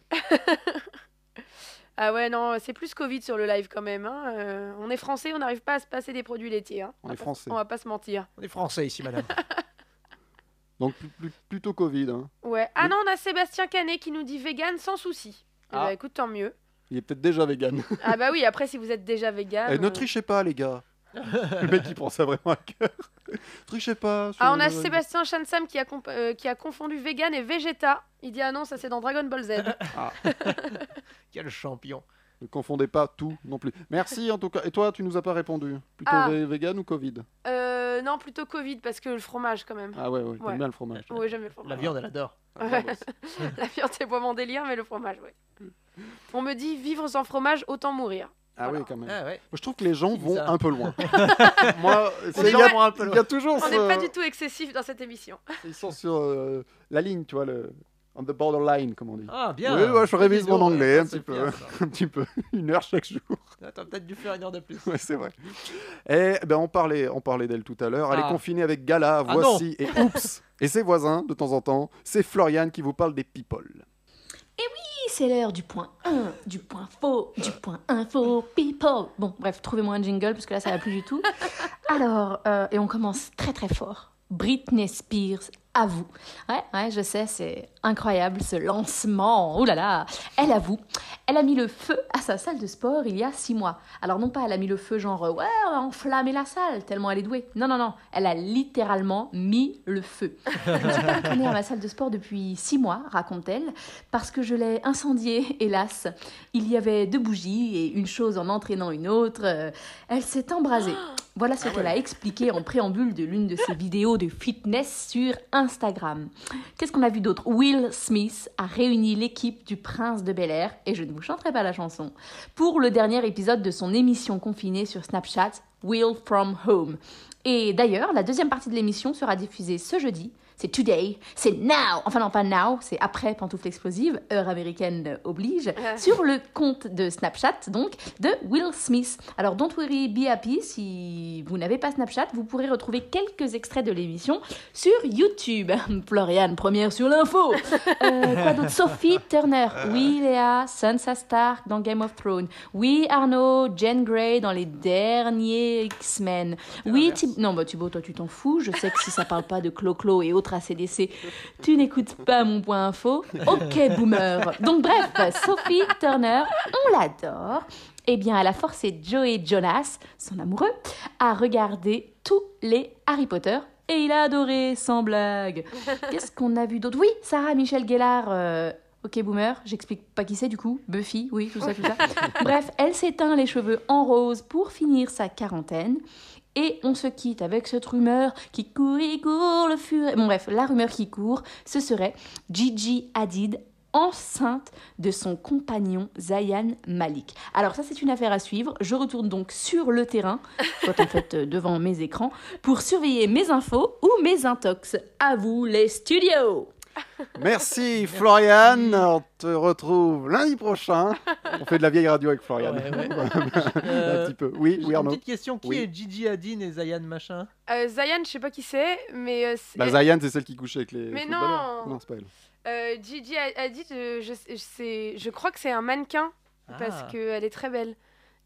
Speaker 2: Ah ouais, non, c'est plus Covid sur le live quand même. hein. Euh, on est français, on n'arrive pas à se passer des produits laitiers. hein.
Speaker 1: On est
Speaker 2: va pas-
Speaker 1: français.
Speaker 2: On va pas se mentir.
Speaker 3: On est français ici madame.
Speaker 1: Donc plu- plu- plutôt Covid. hein.
Speaker 2: Ouais. Ah
Speaker 1: Oui.
Speaker 2: non, on a Sébastien Canet qui nous dit vegan sans souci. Eh
Speaker 1: Ah.
Speaker 2: bah écoute, tant mieux.
Speaker 1: Il est peut-être déjà vegan.
Speaker 2: Ah bah oui, après si vous êtes déjà vegan.
Speaker 1: Eh, ne
Speaker 2: euh,
Speaker 1: trichez pas, les gars. Le mec, il prend ça vraiment à cœur. Le Truc, je sais pas.
Speaker 2: Ah, on a
Speaker 1: je-
Speaker 2: Sébastien Chansam qui a, comp- euh, qui a confondu vegan et Vegeta. Il dit ah non, ça c'est dans Dragon Ball Z.
Speaker 3: Quel champion.
Speaker 1: Ne confondez pas tout non plus. Merci en tout cas. Et toi, tu nous as pas répondu. Plutôt
Speaker 2: Ah.
Speaker 1: vé- vegan ou Covid
Speaker 2: Euh, non, plutôt Covid parce que le fromage quand même.
Speaker 1: Ah ouais, Ah bah, ouais, t'aimes
Speaker 2: Ouais.
Speaker 1: bien le fromage.
Speaker 2: Oui, j'aime le fromage.
Speaker 3: La viande, elle adore.
Speaker 2: Ouais. La viande, c'est pas mon délire, mais le fromage, oui. On me dit vivre sans fromage, autant mourir.
Speaker 1: Ah
Speaker 2: Voilà.
Speaker 1: oui, quand même.
Speaker 3: Ah ouais.
Speaker 1: Je trouve que les gens
Speaker 3: C'est
Speaker 1: vont
Speaker 3: bizarre.
Speaker 1: un peu loin. Moi, c'est-
Speaker 2: est
Speaker 1: il y,
Speaker 2: loin.
Speaker 1: a- il y a toujours
Speaker 2: On n'est
Speaker 1: ce-
Speaker 2: pas du tout excessif dans cette émission.
Speaker 1: Ils sont sur euh, la ligne, tu vois, le... on the borderline, comme on dit.
Speaker 3: Ah, bien.
Speaker 1: Oui, ouais, je révise
Speaker 3: Dis donc,
Speaker 1: mon anglais
Speaker 3: ça,
Speaker 1: un
Speaker 3: c'est
Speaker 1: petit peu.
Speaker 3: bien, ça.
Speaker 1: Un petit peu, une heure chaque jour.
Speaker 3: Attends, peut-être dû faire une heure de plus.
Speaker 1: Ouais, c'est vrai. Et ben, on parlait, on parlait d'elle tout à l'heure. Elle
Speaker 3: Ah.
Speaker 1: est confinée avec Gala,
Speaker 3: Ah
Speaker 1: Voici et Oups. Et ses voisins, de temps en temps, c'est Floriane qui vous parle des people.
Speaker 9: Eh c'est l'heure du point 1, du point faux, du point info, people. Bon, bref, trouvez-moi un jingle parce que là, ça va plus du tout. Alors, euh, et on commence très très fort. Britney Spears, avoue. Ouais, ouais, je sais, c'est incroyable ce lancement. Oh là là, elle avoue. Elle a mis le feu à sa salle de sport il y a six mois. Alors non pas elle a mis le feu genre euh, ouais, on va enflammer la salle tellement elle est douée. Non non non, elle a littéralement mis le feu. je ne suis pas retournée à ma salle de sport depuis six mois, raconte-t-elle parce que je l'ai incendiée, hélas. Il y avait deux bougies et une chose en entraînant une autre. euh, elle s'est embrasée. Voilà ce qu'elle a expliqué en préambule de l'une de ses vidéos de fitness sur Instagram. Qu'est-ce qu'on a vu d'autre Will Smith a réuni l'équipe du Prince de Bel Air, et je ne vous chanterai pas la chanson, pour le dernier épisode de son émission confinée sur Snapchat, Will from Home. Et d'ailleurs, la deuxième partie de l'émission sera diffusée ce jeudi. C'est today, c'est now. Enfin non, pas now, c'est après Pantoufle Explosive, heure américaine oblige, sur le compte de Snapchat, donc, de Will Smith. Alors, don't worry, be happy, si vous n'avez pas Snapchat, vous pourrez retrouver quelques extraits de l'émission sur YouTube. Floriane, première sur l'info. Euh, quoi d'autre Sophie Turner. Oui, Léa, Sansa Stark dans Game of Thrones. Oui, Arnaud, Jen Grey dans les derniers X-Men. Oui,
Speaker 3: l'inverse.
Speaker 9: Thib- Non, bah Thibaut, toi, tu t'en fous. Je sais que si ça parle pas de Clo-Clo et autres ACDC, tu n'écoutes pas mon point info. Ok, boomer. Donc, bref, Sophie Turner, on l'adore. Eh bien, elle a forcé Joey Jonas, son amoureux, à regarder tous les Harry Potter. Et il a adoré, sans blague. Qu'est-ce qu'on a vu d'autre Oui, Sarah Michelle Gellar. euh, Ok, boomer, j'explique pas qui c'est du coup. Buffy, oui, tout ça, tout ça. Bref, elle s'éteint les cheveux en rose pour finir sa quarantaine. Et on se quitte avec cette rumeur qui court et court le furet. Bon, bref, la rumeur qui court, ce serait Gigi Hadid enceinte de son compagnon Zayan Malik. Alors ça c'est une affaire à suivre. Je retourne donc sur le terrain, soit en fait euh, devant mes écrans, pour surveiller mes infos ou mes intox. À vous les studios.
Speaker 1: Merci Floriane, on te retrouve lundi prochain. On fait de la vieille radio avec Floriane.
Speaker 3: Ouais, ouais.
Speaker 1: un
Speaker 3: Euh,
Speaker 1: petit peu. Oui,
Speaker 3: j'ai
Speaker 1: oui
Speaker 3: une
Speaker 1: Arnaud.
Speaker 3: petite question. Qui
Speaker 1: Oui.
Speaker 3: est Gigi Hadid et Zayan machin
Speaker 2: Euh, Zayan, je sais pas qui c'est, mais euh, c'est-
Speaker 1: Bah, Zayan, c'est celle qui couchait avec les.
Speaker 2: Mais
Speaker 1: footballeurs.
Speaker 2: non.
Speaker 1: Non, c'est pas elle.
Speaker 2: euh, Gigi a, a dit, euh, je, je sais- je crois que c'est un mannequin parce
Speaker 3: Ah.
Speaker 2: qu'elle est très belle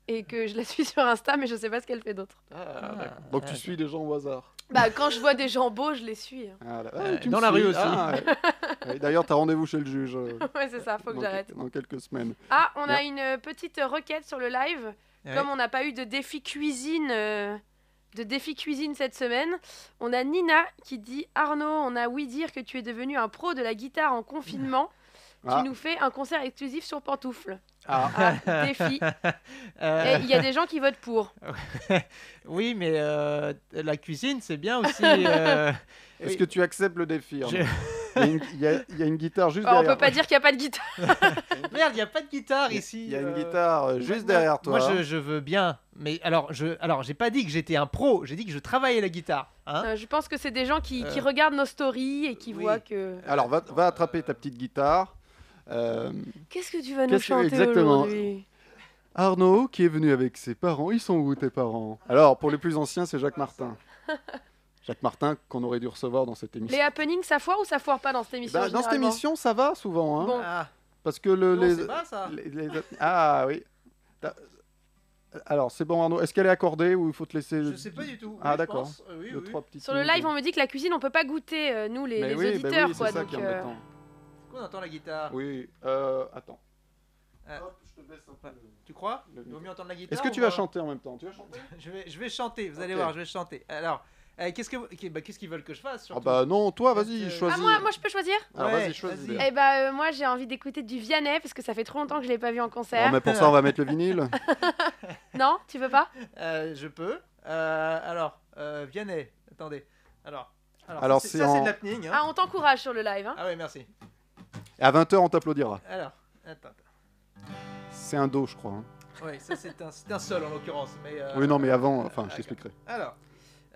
Speaker 2: et que je la suis sur Insta, mais je sais pas ce qu'elle fait d'autre.
Speaker 3: Ah, d'accord.
Speaker 1: Donc tu suis des gens au hasard.
Speaker 2: Bah quand je vois des gens beaux, je les suis. hein.
Speaker 1: Ah, là- ah,
Speaker 3: Euh,
Speaker 1: tu me
Speaker 3: dans la rue
Speaker 1: suis.
Speaker 3: aussi.
Speaker 1: Ah, ouais. Et D'ailleurs, t'as rendez-vous chez le juge. euh,
Speaker 2: Ouais, c'est ça, faut que
Speaker 1: dans-
Speaker 2: j'arrête.
Speaker 1: Dans quelques semaines.
Speaker 2: Ah, on a une petite requête sur le live.
Speaker 3: Ouais.
Speaker 2: Comme on n'a pas eu de défi cuisine, euh, de défi cuisine cette semaine, on a Nina qui dit Arnaud, on a oui dire que tu es devenu un pro de la guitare en confinement.
Speaker 1: Ah.
Speaker 2: Tu nous fais un concert exclusif sur Pantoufle.
Speaker 1: Ah.
Speaker 2: Ah, défi. Et
Speaker 3: Euh,
Speaker 2: il y a des gens qui votent pour.
Speaker 3: Oui, mais euh, la cuisine, c'est bien aussi. euh,
Speaker 1: Est-ce
Speaker 3: oui.
Speaker 1: que tu acceptes le défi Arnaud
Speaker 3: J'ai-
Speaker 1: Il y a une- il y, a- il y a une guitare juste
Speaker 2: Enfin, Bah, on
Speaker 1: derrière.
Speaker 2: peut pas dire qu'il n'y a pas de guitare.
Speaker 3: Merde, il n'y a pas de guitare
Speaker 1: Il y a-
Speaker 3: ici.
Speaker 1: Il y a une
Speaker 3: euh.
Speaker 1: guitare euh, juste
Speaker 3: Moi-
Speaker 1: derrière toi.
Speaker 3: Moi, je, je veux bien. Mais alors, je alors j'ai pas dit que j'étais un pro. J'ai dit que je travaillais la guitare. hein.
Speaker 2: Euh, je pense que c'est des gens qui, qui
Speaker 3: Euh.
Speaker 2: regardent nos stories et qui
Speaker 3: Oui.
Speaker 2: voient que.
Speaker 1: Alors, va, va attraper ta petite guitare. Euh,
Speaker 2: Qu'est-ce que tu vas nous
Speaker 1: Qu'est-ce que-
Speaker 2: chanter
Speaker 1: exactement.
Speaker 2: aujourd'hui
Speaker 1: Arnaud, qui est venu avec ses parents, ils sont où tes parents Alors, pour les plus anciens, c'est Jacques Martin. Jacques Martin, qu'on aurait dû recevoir dans cette émission.
Speaker 2: Les happenings, ça foire ou ça foire pas dans cette émission
Speaker 1: Bah, dans cette
Speaker 2: généralement
Speaker 1: émission, ça va souvent. hein,
Speaker 2: Bon.
Speaker 3: Ah,
Speaker 1: Parce que le,
Speaker 3: non,
Speaker 1: les,
Speaker 3: c'est pas ça.
Speaker 1: les- les- Ah oui. T'as- euh, Alors, c'est bon, Arnaud. Est-ce qu'elle est accordée ou il faut te laisser
Speaker 3: Je sais pas du tout.
Speaker 1: Ah,
Speaker 3: mais je
Speaker 1: d'accord.
Speaker 3: pense, euh, oui,
Speaker 1: deux,
Speaker 3: oui.
Speaker 1: trois petites
Speaker 2: Sur le
Speaker 1: minutes.
Speaker 2: live, on me dit que la cuisine, on peut pas goûter, euh, nous, les,
Speaker 1: Mais
Speaker 2: les
Speaker 1: oui, bah oui,
Speaker 2: auditeurs. euh,
Speaker 1: c'est
Speaker 2: quoi,
Speaker 1: ça
Speaker 2: donc,
Speaker 1: qui est
Speaker 2: euh,
Speaker 1: embêtant.
Speaker 3: Qu'on entend la guitare.
Speaker 1: Oui, euh, attends.
Speaker 3: Tu crois
Speaker 1: Le
Speaker 3: Il vaut mieux entendre la guitare.
Speaker 1: Est-ce que
Speaker 3: ou
Speaker 1: tu
Speaker 2: bah.
Speaker 1: vas
Speaker 3: pas
Speaker 1: chanter en même temps Tu vas chanter
Speaker 3: je vais, je vais chanter, vous allez
Speaker 1: Ok.
Speaker 3: voir, je vais chanter. Alors, euh, qu'est-ce que vous- qu'est- bah, qu'est-ce qu'ils veulent que je fasse
Speaker 1: Ah
Speaker 3: surtout
Speaker 1: bah non, toi,
Speaker 3: Euh,
Speaker 1: vas-y,
Speaker 2: Ah,
Speaker 1: choisis.
Speaker 2: moi, moi, je peux choisir
Speaker 1: Alors
Speaker 3: Ouais,
Speaker 1: Ah, vas-y, choisis.
Speaker 3: vas-y.
Speaker 1: Léa.
Speaker 2: Eh bah, euh, moi, j'ai envie d'écouter du Vianney parce que ça fait trop longtemps que je l'ai pas vu en concert.
Speaker 1: Oh, mais pour ça, on va mettre le vinyle. bah.
Speaker 2: Non, tu veux pas
Speaker 3: Euh, Je peux. Euh, alors, euh, Vianney, attendez. Alors,
Speaker 1: Alors,
Speaker 3: ça,
Speaker 1: c'est
Speaker 3: c'est ça, c'est
Speaker 1: en-
Speaker 3: de l'apnée. Hein.
Speaker 2: Ah, on t'encourage sur le live. Hein.
Speaker 3: Ah ouais, merci.
Speaker 1: Et à 20h, on t'applaudira.
Speaker 3: Alors, attends. attends.
Speaker 1: C'est un do, je crois. hein.
Speaker 3: Oui, ça c'est un, c'est un sol en l'occurrence. Mais, euh,
Speaker 1: Oui, non, mais avant, enfin,
Speaker 3: d'accord.
Speaker 1: je t'expliquerai.
Speaker 3: Alors,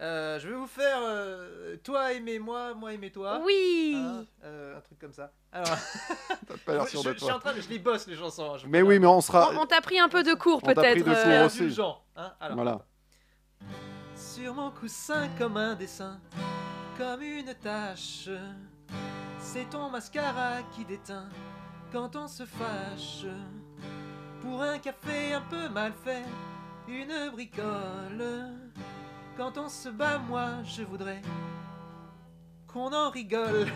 Speaker 3: euh, je vais vous faire euh, toi aimer moi, moi aimer toi.
Speaker 2: Oui
Speaker 3: Hein, euh, un truc comme ça. Alors,
Speaker 1: T'as pas l'air
Speaker 3: je,
Speaker 1: sûr de
Speaker 3: je suis en
Speaker 1: toi.
Speaker 3: train de. Je les bosse les chansons. hein, je vous
Speaker 1: Mais
Speaker 3: préviens.
Speaker 1: oui, mais on
Speaker 2: On-
Speaker 1: sera.
Speaker 2: On t'a pris un peu de cours,
Speaker 1: On t'a pris
Speaker 2: peut-être.
Speaker 1: de
Speaker 2: euh,
Speaker 1: cours.
Speaker 3: Euh,
Speaker 1: aussi.
Speaker 3: indulgent, hein, alors.
Speaker 1: Voilà.
Speaker 3: Sur mon coussin comme un dessin, comme une tache. C'est ton mascara qui déteint quand on se fâche. Pour un café un peu mal fait, une bricole. Quand on se bat, moi je voudrais qu'on en rigole.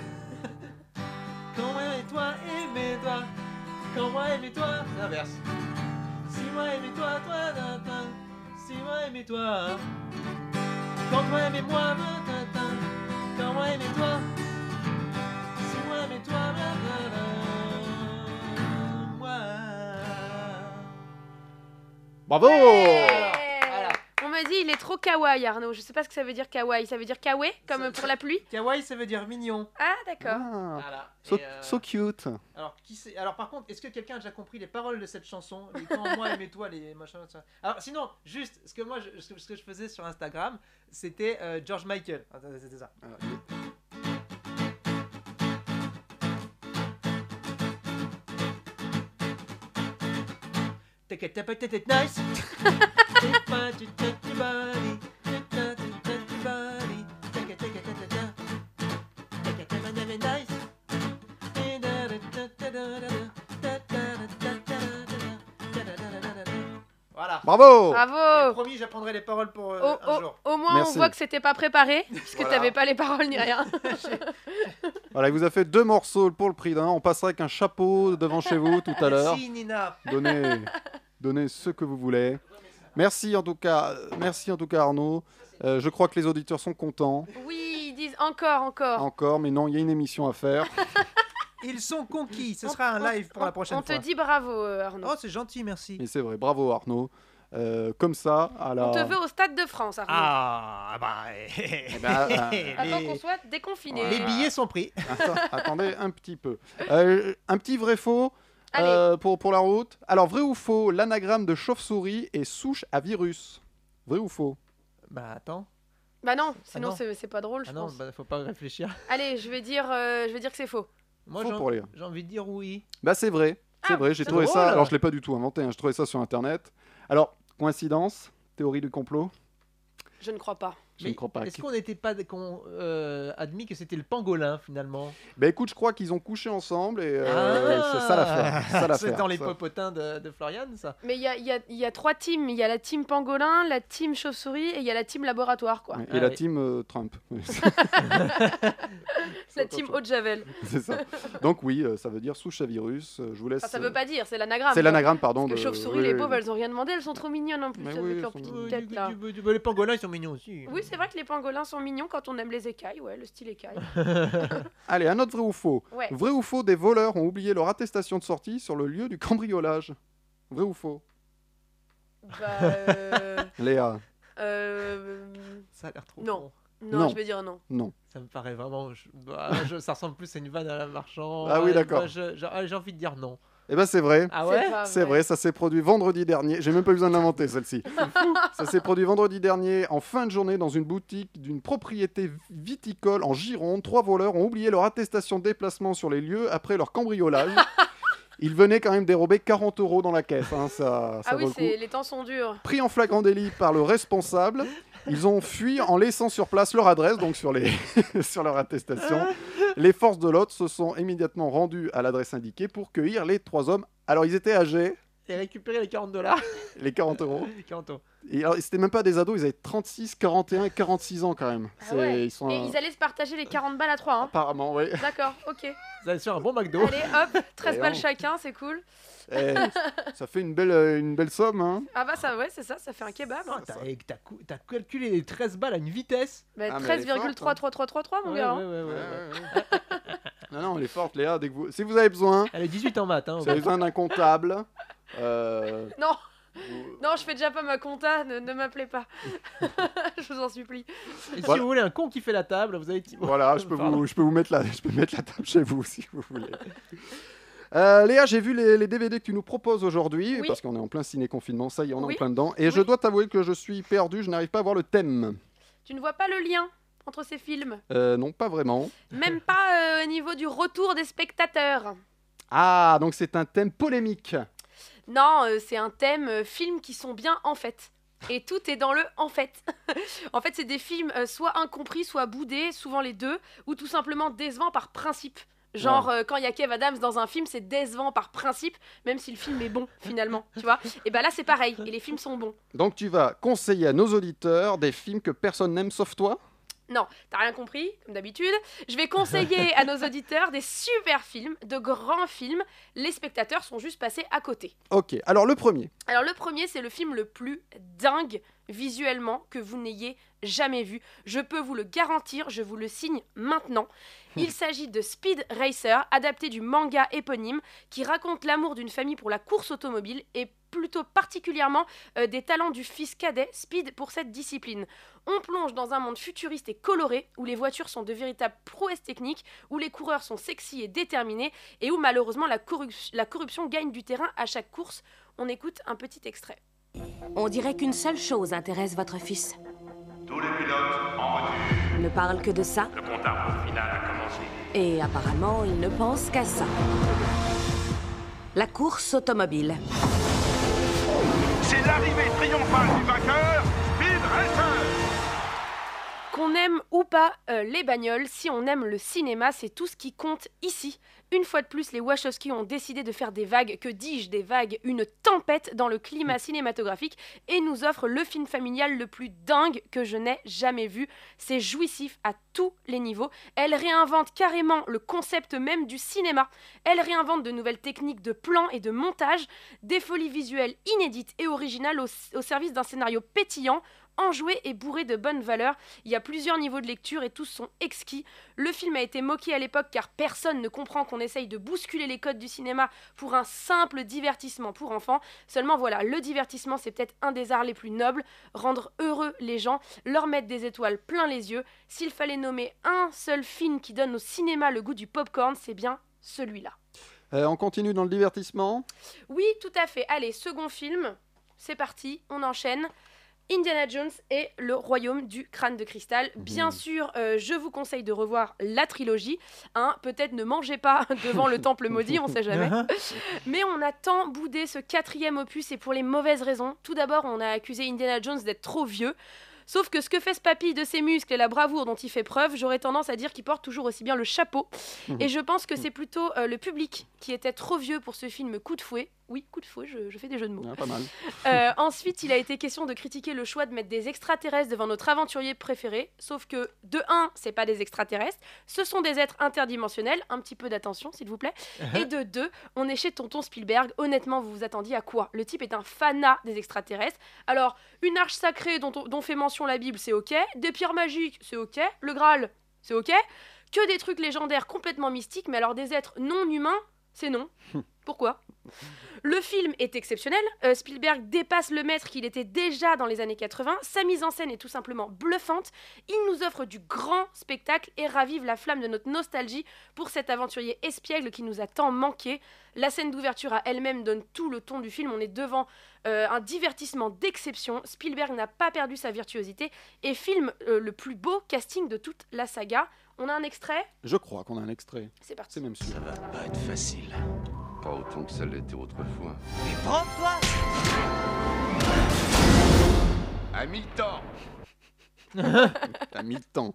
Speaker 3: Quand moi et toi, aimez-toi. Quand moi et toi, l'inverse. Si moi aimais toi, toi, tin, tin. Si moi aimais toi. Quand moi aimais moi, me, tin, tin. Quand moi aimais toi. Si moi aimais toi, me, tin, tin. moi.
Speaker 1: Bravo
Speaker 2: Ouais.
Speaker 3: Voilà.
Speaker 2: On m'a dit il est trop kawaii Arnaud. Je sais pas ce que ça veut dire kawaii. Ça veut dire kawaii comme
Speaker 3: Ça-
Speaker 2: pour la pluie
Speaker 3: Kawaii, ça veut dire mignon.
Speaker 2: Ah d'accord.
Speaker 1: Ah,
Speaker 3: Voilà.
Speaker 1: so,
Speaker 3: Et, euh,
Speaker 1: so cute.
Speaker 3: alors, qui c'est- alors, par contre, est-ce que quelqu'un a déjà compris les paroles de cette chanson Les quand moi aimais toi, les machins. ça. Alors, sinon, juste, ce que moi, je, ce que- ce que je faisais sur Instagram, c'était euh, George Michael. Attends, C'était ça. Take it, tap it, tap it, nice. Take my to touch your body. Take my to touch your body. Take it, take it, tap it, tap. Take it, tap it, tap it, nice. Eh, da, da, da, da, da, da, da, da, da, da, da, da, da, da, da, da, da, da, da, da. Voilà.
Speaker 1: Bravo
Speaker 3: Et
Speaker 2: Bravo.
Speaker 3: Promis, j'apprendrai les paroles pour euh,
Speaker 2: Au,
Speaker 3: un
Speaker 2: au-
Speaker 3: jour.
Speaker 2: au moins on
Speaker 1: Merci.
Speaker 2: voit que c'était pas préparé puisque
Speaker 7: Voilà.
Speaker 2: t'avais pas les paroles ni rien.
Speaker 1: Voilà, il vous a fait deux morceaux pour le prix d'un. On passera avec un chapeau devant chez vous tout à l'heure.
Speaker 3: Merci Nina.
Speaker 1: Donnez, donnez ce que vous voulez. Merci en tout cas, merci en tout cas Arnaud. Euh, je crois que les auditeurs sont contents
Speaker 2: oui ils disent encore encore.
Speaker 1: encore, mais non, il y a une émission à faire.
Speaker 3: Ils sont conquis. Ce
Speaker 2: On-
Speaker 3: sera un
Speaker 2: on-
Speaker 3: live pour la prochaine
Speaker 2: on
Speaker 3: fois.
Speaker 2: te dit bravo euh, Arnaud.
Speaker 3: Oh, c'est gentil, merci.
Speaker 1: Mais c'est vrai, bravo Arnaud. Euh, comme ça, à la...
Speaker 2: On te veut au stade de France Arnaud.
Speaker 3: Ah, bah. eh,
Speaker 1: ben, euh,
Speaker 3: les-
Speaker 2: Attends qu'on soit déconfiné.
Speaker 3: les billets sont pris.
Speaker 1: Attends- attendez un petit peu. Euh, un petit vrai faux
Speaker 2: Allez.
Speaker 1: euh, pour, pour la route. Alors, vrai ou faux, l'anagramme de chauve-souris est souche à virus. Vrai ou faux
Speaker 3: Bah attends.
Speaker 2: Bah non sinon
Speaker 3: Ah non.
Speaker 2: c'est c'est pas drôle je
Speaker 3: Ah non,
Speaker 2: pense.
Speaker 3: bah, faut pas réfléchir.
Speaker 2: Allez je vais dire euh, je vais dire que c'est faux.
Speaker 3: Moi,
Speaker 1: Faux
Speaker 3: j'ai-
Speaker 1: pour les-
Speaker 3: j'ai envie de dire oui.
Speaker 1: Bah, c'est vrai. C'est
Speaker 2: Ah,
Speaker 1: vrai, j'ai
Speaker 2: c'est
Speaker 1: trouvé ça.
Speaker 3: drôle.
Speaker 1: Alors, je l'ai pas du tout inventé, hein, je trouvais ça sur internet. Alors, coïncidence, théorie du complot
Speaker 2: Je ne crois pas.
Speaker 1: Je ne crois pas.
Speaker 3: Est-ce qu'on n'était pas qu'on, euh, admis que c'était le pangolin finalement
Speaker 1: Bah, écoute, je crois qu'ils ont couché ensemble et euh,
Speaker 3: Ah
Speaker 1: c'est ça l'affaire. ça
Speaker 3: C'est
Speaker 1: l'affaire,
Speaker 3: dans les
Speaker 1: ça.
Speaker 3: popotins de, de Florian, ça.
Speaker 2: Mais il y a, il y a- il y a trois teams. Il y a la team pangolin, la team chauve-souris et il y a la team laboratoire, quoi.
Speaker 1: Et
Speaker 3: Ah
Speaker 1: la
Speaker 3: oui.
Speaker 1: team euh, Trump. Oui, c'est-
Speaker 2: la team haute javel.
Speaker 1: c'est ça. Donc, oui, euh, ça veut dire souche à virus. Euh, Je vous laisse.
Speaker 2: Enfin, Ah, ça
Speaker 1: euh,
Speaker 2: veut pas dire, c'est l'anagramme.
Speaker 1: C'est
Speaker 2: quoi.
Speaker 1: l'anagramme, pardon.
Speaker 2: Parce que
Speaker 1: de-
Speaker 2: chauve-souris,
Speaker 1: oui,
Speaker 2: les
Speaker 1: oui,
Speaker 2: pauvres,
Speaker 1: oui.
Speaker 2: elles ont rien demandé, elles sont trop mignonnes en plus
Speaker 1: Mais
Speaker 2: avec
Speaker 1: oui,
Speaker 2: leur
Speaker 1: elles
Speaker 2: petite
Speaker 1: sont
Speaker 3: Euh,
Speaker 2: tête
Speaker 3: du-
Speaker 2: là.
Speaker 3: du- du- bah, les pangolins, ils sont mignons aussi.
Speaker 2: Oui, c'est vrai que les pangolins sont mignons quand on aime les écailles, ouais, le style écaille.
Speaker 1: Allez, un autre vrai ou faux.
Speaker 2: Ouais.
Speaker 1: Vrai ou faux, des voleurs ont oublié leur attestation de sortie sur le lieu du cambriolage. Vrai ou faux
Speaker 2: bah, euh,
Speaker 1: Léa.
Speaker 2: euh,
Speaker 3: Ça a l'air trop.
Speaker 2: Non.
Speaker 3: con.
Speaker 2: non,
Speaker 1: Non.
Speaker 2: je vais dire non.
Speaker 3: Ça me paraît vraiment. je- bah, je- ça ressemble plus à une vanne à la marchand.
Speaker 1: Ah oui,
Speaker 3: Euh,
Speaker 1: d'accord.
Speaker 3: moi, je- je- ah, J'ai envie de dire non.
Speaker 1: Eh ben c'est vrai.
Speaker 3: Ah ouais
Speaker 2: pas
Speaker 1: C'est vrai, ça s'est produit vendredi dernier. J'ai même pas besoin de l'inventer celle-ci. ça s'est produit vendredi dernier en fin de journée dans une boutique d'une propriété viticole en Gironde. Trois voleurs ont oublié leur attestation de déplacement sur les lieux après leur cambriolage. Ils venaient quand même dérober 40 euros dans la caisse. hein, Ça, ça
Speaker 2: Ah
Speaker 1: vaut
Speaker 2: oui,
Speaker 1: le coup.
Speaker 2: c'est- les temps sont durs.
Speaker 1: pris en flagrant délit par le responsable. Ils ont fui en laissant sur place leur adresse, donc sur, les sur leur attestation. Les forces de l'ordre se sont immédiatement rendues à l'adresse indiquée pour cueillir les trois hommes. Alors, ils étaient âgés,
Speaker 3: et récupérer les 40
Speaker 2: Ah.
Speaker 3: dollars.
Speaker 1: les 40 euros.
Speaker 3: Les 40 euros.
Speaker 1: Et alors, c'était même pas des ados, ils avaient 36, 41 et 46 ans quand même.
Speaker 2: Ah
Speaker 1: C'est-
Speaker 2: ouais.
Speaker 1: Ils sont Ah,
Speaker 2: Et
Speaker 1: euh,
Speaker 2: ils allaient se partager les 40 balles à 3. Hein.
Speaker 1: apparemment, oui.
Speaker 2: D'accord, ok.
Speaker 3: Vous allez se faire un bon McDo.
Speaker 2: Allez, hop, 13
Speaker 1: Et
Speaker 2: balles
Speaker 1: on-
Speaker 2: chacun, c'est cool.
Speaker 1: Eh, ça fait une belle, euh, une belle somme. Hein.
Speaker 2: Ah bah ça, ouais, c'est ça, ça fait un kebab. hein. Bah,
Speaker 3: Putain, T'as t'as cou- t'as calculé les 13 balles à une vitesse.
Speaker 2: Mais
Speaker 1: Ah, mais elle est forte, hein.
Speaker 2: 13,33333, mon
Speaker 3: Ouais,
Speaker 2: gars. hein.
Speaker 3: ouais, ouais, ouais, ouais.
Speaker 1: non, non, elle est forte, Léa. Dès que vous... Si vous avez besoin,
Speaker 3: Elle est 18 en maths. Hein,
Speaker 1: si vous avez besoin d'un comptable, euh,
Speaker 2: Non,
Speaker 1: vous-
Speaker 2: non, je fais déjà pas ma compta, ne, ne m'appelez pas. je vous en supplie.
Speaker 3: Et si
Speaker 1: Voilà.
Speaker 3: vous voulez un con qui fait la table, vous avez Thibaut.
Speaker 1: voilà, Ah, je peux,
Speaker 3: Pardon.
Speaker 1: vous, je peux vous mettre la, je peux mettre la table chez vous si vous voulez. Euh, Léa, j'ai vu les, les DVD que tu nous proposes aujourd'hui,
Speaker 2: Oui.
Speaker 1: parce qu'on est en plein ciné-confinement, ça y est, on est
Speaker 2: Oui.
Speaker 1: en plein dedans. Et je
Speaker 2: Oui.
Speaker 1: dois t'avouer que je suis perdu, je n'arrive pas à voir le thème.
Speaker 2: Tu ne vois pas le lien entre ces films,
Speaker 1: Euh, non, pas vraiment.
Speaker 2: même pas euh, au niveau du retour des spectateurs.
Speaker 1: Ah, donc c'est un thème polémique.
Speaker 2: Non, euh, c'est un thème euh, films qui sont bien en fait. Et tout est dans le en fait. en fait, c'est des films euh, soit incompris, soit boudés, souvent les deux, ou tout simplement décevants par principe. Genre, euh, quand il y a Kev Adams dans un film, c'est décevant par principe, même si le film est bon finalement, tu vois. Et bah là, c'est pareil, et les films sont bons.
Speaker 1: Donc tu vas conseiller à nos auditeurs des films que personne n'aime sauf toi.
Speaker 2: Non, t'as rien compris, comme d'habitude. Je vais conseiller à nos auditeurs des super films, de grands films. Les spectateurs sont juste passés à côté.
Speaker 1: Ok, alors le premier.
Speaker 2: Alors le premier, c'est le film le plus dingue visuellement que vous n'ayez jamais vu. Je peux vous le garantir, je vous le signe maintenant. Il s'agit de Speed Racer, adapté du manga éponyme, qui raconte l'amour d'une famille pour la course automobile et plutôt particulièrement euh, des talents du fils cadet Speed pour cette discipline. On plonge dans un monde futuriste et coloré, où les voitures sont de véritables prouesses techniques, où les coureurs sont sexy et déterminés, et où malheureusement la, corrup- la corruption gagne du terrain à chaque course. On écoute un petit extrait.
Speaker 10: On dirait qu'une seule chose intéresse votre fils.
Speaker 11: Tous les pilotes en voiture.
Speaker 10: Il ne parle que de ça,
Speaker 11: Le compte à rebours final a commencé.
Speaker 10: et apparemment, il ne pense qu'à ça. La course automobile.
Speaker 11: C'est l'arrivée triomphale du vainqueur, Speed Racer
Speaker 2: Qu'on aime ou pas euh, les bagnoles, si on aime le cinéma, c'est tout ce qui compte ici. Une fois de plus, les Wachowski ont décidé de faire des vagues, que dis-je, des vagues, une tempête dans le climat cinématographique et nous offrent le film familial le plus dingue que je n'ai jamais vu. C'est jouissif à tous les niveaux. Elle réinvente carrément le concept même du cinéma. Elle réinvente de nouvelles techniques de plan et de montage, des folies visuelles inédites et originales au, au service d'un scénario pétillant, enjoué et bourré de bonnes valeurs. Il y a plusieurs niveaux de lecture et tous sont exquis. Le film a été moqué à l'époque car personne ne comprend qu'on essaye de bousculer les codes du cinéma pour un simple divertissement pour enfants. Seulement voilà, le divertissement c'est peut-être un des arts les plus nobles, rendre heureux les gens, leur mettre des étoiles plein les yeux. S'il fallait nommer un seul film qui donne au cinéma le goût du popcorn, c'est bien celui-là.
Speaker 1: Euh, on continue dans le divertissement.
Speaker 2: Oui, tout à fait. Allez, second film, c'est parti, on enchaîne. Indiana Jones et le royaume du crâne de cristal. Bien sûr, euh, je vous conseille de revoir la trilogie. Hein, Peut-être ne mangez pas devant le temple maudit, on sait jamais. Mais on a tant boudé ce quatrième opus et pour les mauvaises raisons. Tout d'abord, on a accusé Indiana Jones d'être trop vieux. Sauf que ce que fait ce papy de ses muscles et la bravoure dont il fait preuve, j'aurais tendance à dire qu'il porte toujours aussi bien le chapeau. Et je pense que
Speaker 1: Mm.
Speaker 2: c'est plutôt euh, le public qui était trop vieux pour ce film coup de fouet. Oui, coup de fouet, je, je fais des jeux de mots.
Speaker 1: Ah, pas mal.
Speaker 2: Euh, ensuite, il a été question de critiquer le choix de mettre des extraterrestres devant notre aventurier préféré. Sauf que, de 1, c'est pas des extraterrestres, ce sont des êtres interdimensionnels. Un petit peu d'attention, s'il vous plaît. Et de 2, on est chez Tonton Spielberg. Honnêtement, vous vous attendiez à quoi Le type est un fanat des extraterrestres. Alors, une arche sacrée dont, on- dont fait mention la Bible, c'est ok. Des pierres magiques, c'est ok. Le Graal, c'est ok. Que des trucs légendaires complètement mystiques, mais alors des êtres non humains, c'est non. Pourquoi le film est exceptionnel. euh, Spielberg dépasse le maître qu'il était déjà dans les années 80. Sa mise en scène est tout simplement bluffante. Il nous offre du grand spectacle et ravive la flamme de notre nostalgie pour cet aventurier espiègle qui nous a tant manqué. La scène d'ouverture à elle-même donne tout le ton du film. On est devant euh, un divertissement d'exception. Spielberg n'a pas perdu sa virtuosité et filme euh, le plus beau casting de toute la saga. On a un extrait
Speaker 1: Je crois qu'on a un extrait.
Speaker 2: C'est parti.
Speaker 1: C'est même sûr.
Speaker 11: Pas autant que ça l'était autrefois. Mais prends-toi À mi-temps
Speaker 1: T'as mis le temps.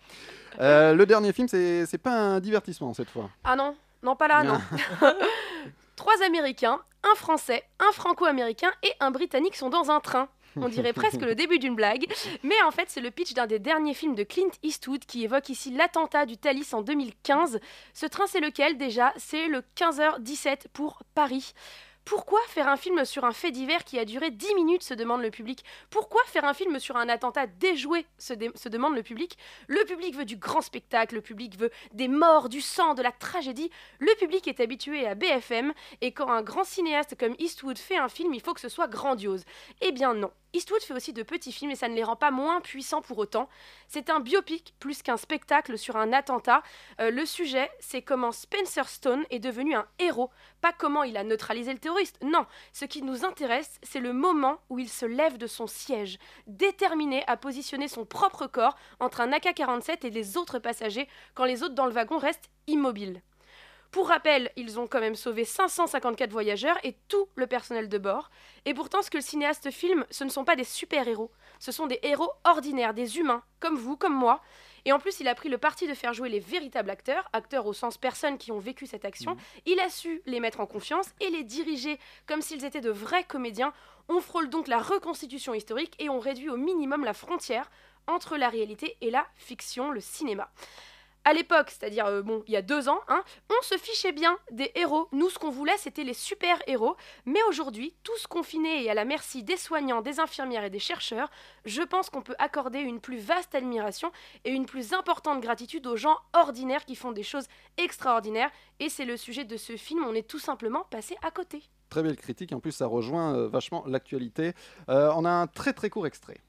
Speaker 1: Euh, le dernier film, c'est c'est pas un divertissement cette fois.
Speaker 2: Ah non, non pas là,
Speaker 1: Non.
Speaker 2: non. Trois Américains, un Français, un Franco-Américain et un Britannique sont dans un train. On dirait presque le début d'une blague, mais en fait c'est le pitch d'un des derniers films de Clint Eastwood qui évoque ici l'attentat du Thalys en 2015. Ce train c'est lequel déjà C'est le 15h17 pour Paris. Pourquoi faire un film sur un fait divers qui a duré 10 minutes se demande le public. Pourquoi faire un film sur un attentat déjoué se, dé- se demande le public. Le public veut du grand spectacle, le public veut des morts, du sang, de la tragédie. Le public est habitué à BFM et quand un grand cinéaste comme Eastwood fait un film, il faut que ce soit grandiose. Eh bien non. Eastwood fait aussi de petits films et ça ne les rend pas moins puissants pour autant. C'est un biopic plus qu'un spectacle sur un attentat. Euh, le sujet, c'est comment Spencer Stone est devenu un héros, pas comment il a neutralisé le terroriste. Non, ce qui nous intéresse, c'est le moment où il se lève de son siège, déterminé à positionner son propre corps entre un AK-47 et les autres passagers quand les autres dans le wagon restent immobiles. Pour rappel, ils ont quand même sauvé 554 voyageurs et tout le personnel de bord. Et pourtant, ce que le cinéaste filme, ce ne sont pas des super-héros. Ce sont des héros ordinaires, des humains, comme vous, comme moi. Et en plus, il a pris le parti de faire jouer les véritables acteurs, acteurs au sens personnes qui ont vécu cette action. Il a su les mettre en confiance et les diriger comme s'ils étaient de vrais comédiens. On frôle donc la reconstitution historique et on réduit au minimum la frontière entre la réalité et la fiction, le cinéma. À l'époque, c'est-à-dire euh, bon, il y a deux ans, hein, on se fichait bien des héros. Nous, ce qu'on voulait, c'était les super-héros. Mais aujourd'hui, tous confinés et à la merci des soignants, des infirmières et des chercheurs, je pense qu'on peut accorder une plus vaste admiration et une plus importante gratitude aux gens ordinaires qui font des choses extraordinaires. Et c'est le sujet de ce film. On est tout simplement passé à côté.
Speaker 1: Très belle critique, en plus ça rejoint euh, vachement l'actualité. Euh, on a un très très court extrait.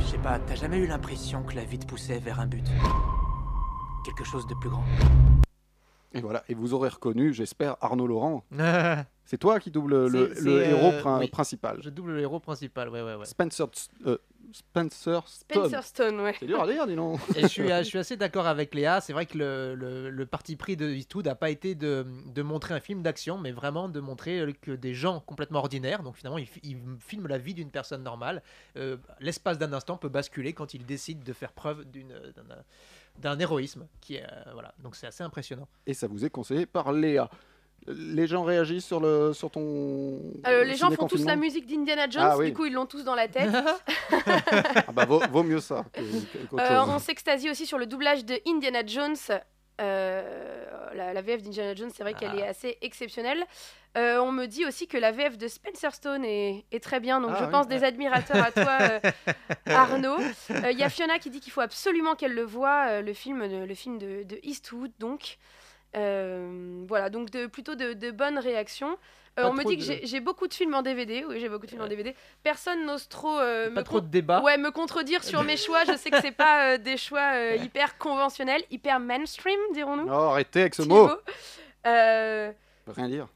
Speaker 12: Je sais pas, t'as jamais eu l'impression que la vie te poussait vers un but Quelque chose de plus grand.
Speaker 1: Et voilà, et vous aurez reconnu, j'espère, Arnaud Laurent. c'est toi qui double le,
Speaker 3: C'est-
Speaker 1: le
Speaker 3: c'est,
Speaker 1: héros
Speaker 3: euh,
Speaker 1: prin-
Speaker 3: oui.
Speaker 1: principal.
Speaker 3: Je double le héros principal, ouais, ouais, ouais.
Speaker 1: Spencer, euh, Spencer Stone.
Speaker 2: Spencer Stone, ouais.
Speaker 1: C'est dur à dire, dis donc.
Speaker 3: Et je suis, je suis assez d'accord avec Léa. C'est vrai que le, le- le parti pris de Eastwood n'a pas été de, de montrer un film d'action, mais vraiment de montrer euh, que des gens complètement ordinaires, donc finalement, il, fi- il filme la vie d'une personne normale, euh, l'espace d'un instant peut basculer quand il décide de faire preuve d'une- d'un- d'un héroïsme. Qui est, euh, voilà. Donc c'est assez impressionnant.
Speaker 1: Et ça vous est conseillé par Léa. Les gens réagissent sur, le, sur ton.
Speaker 2: Euh, les gens font tous
Speaker 1: ciné-confinement
Speaker 2: la musique d'Indiana Jones,
Speaker 1: Ah oui.
Speaker 2: du coup ils l'ont tous dans la tête.
Speaker 1: Ah bah, vaut, vaut mieux ça. que- qu'autre
Speaker 2: Euh,
Speaker 1: chose.
Speaker 2: on s'extasie aussi sur le doublage de Indiana Jones. Euh, la, la VF d'Indiana Jones, c'est vrai qu'elle est assez exceptionnelle. Euh, on me dit aussi que la VF de Spencer Stone est, est très bien, donc
Speaker 13: Ah
Speaker 2: je
Speaker 13: oui.
Speaker 2: pense des admirateurs à toi, euh, Arnaud. Euh, Il y a Fiona qui dit qu'il faut absolument qu'elle le voie, euh, le film de, le film de, de Eastwood, donc. Euh, voilà, donc de, plutôt de, de bonnes réactions. Euh,
Speaker 3: Pas
Speaker 2: on me
Speaker 3: trop
Speaker 2: dit que
Speaker 3: de-
Speaker 2: j'ai- j'ai beaucoup de films en DVD. Oui, j'ai beaucoup de films en DVD. Personne n'ose trop. euh, me
Speaker 3: Pas trop
Speaker 2: con-
Speaker 3: de débat.
Speaker 2: Ouais, me contredire sur mes choix. Je sais que c'est pas euh, des choix euh, hyper conventionnels, hyper mainstream, dirons-nous.
Speaker 1: Non, arrêtez avec ce
Speaker 2: Thibaut.
Speaker 1: mot.
Speaker 2: Euh,
Speaker 1: Rien dire.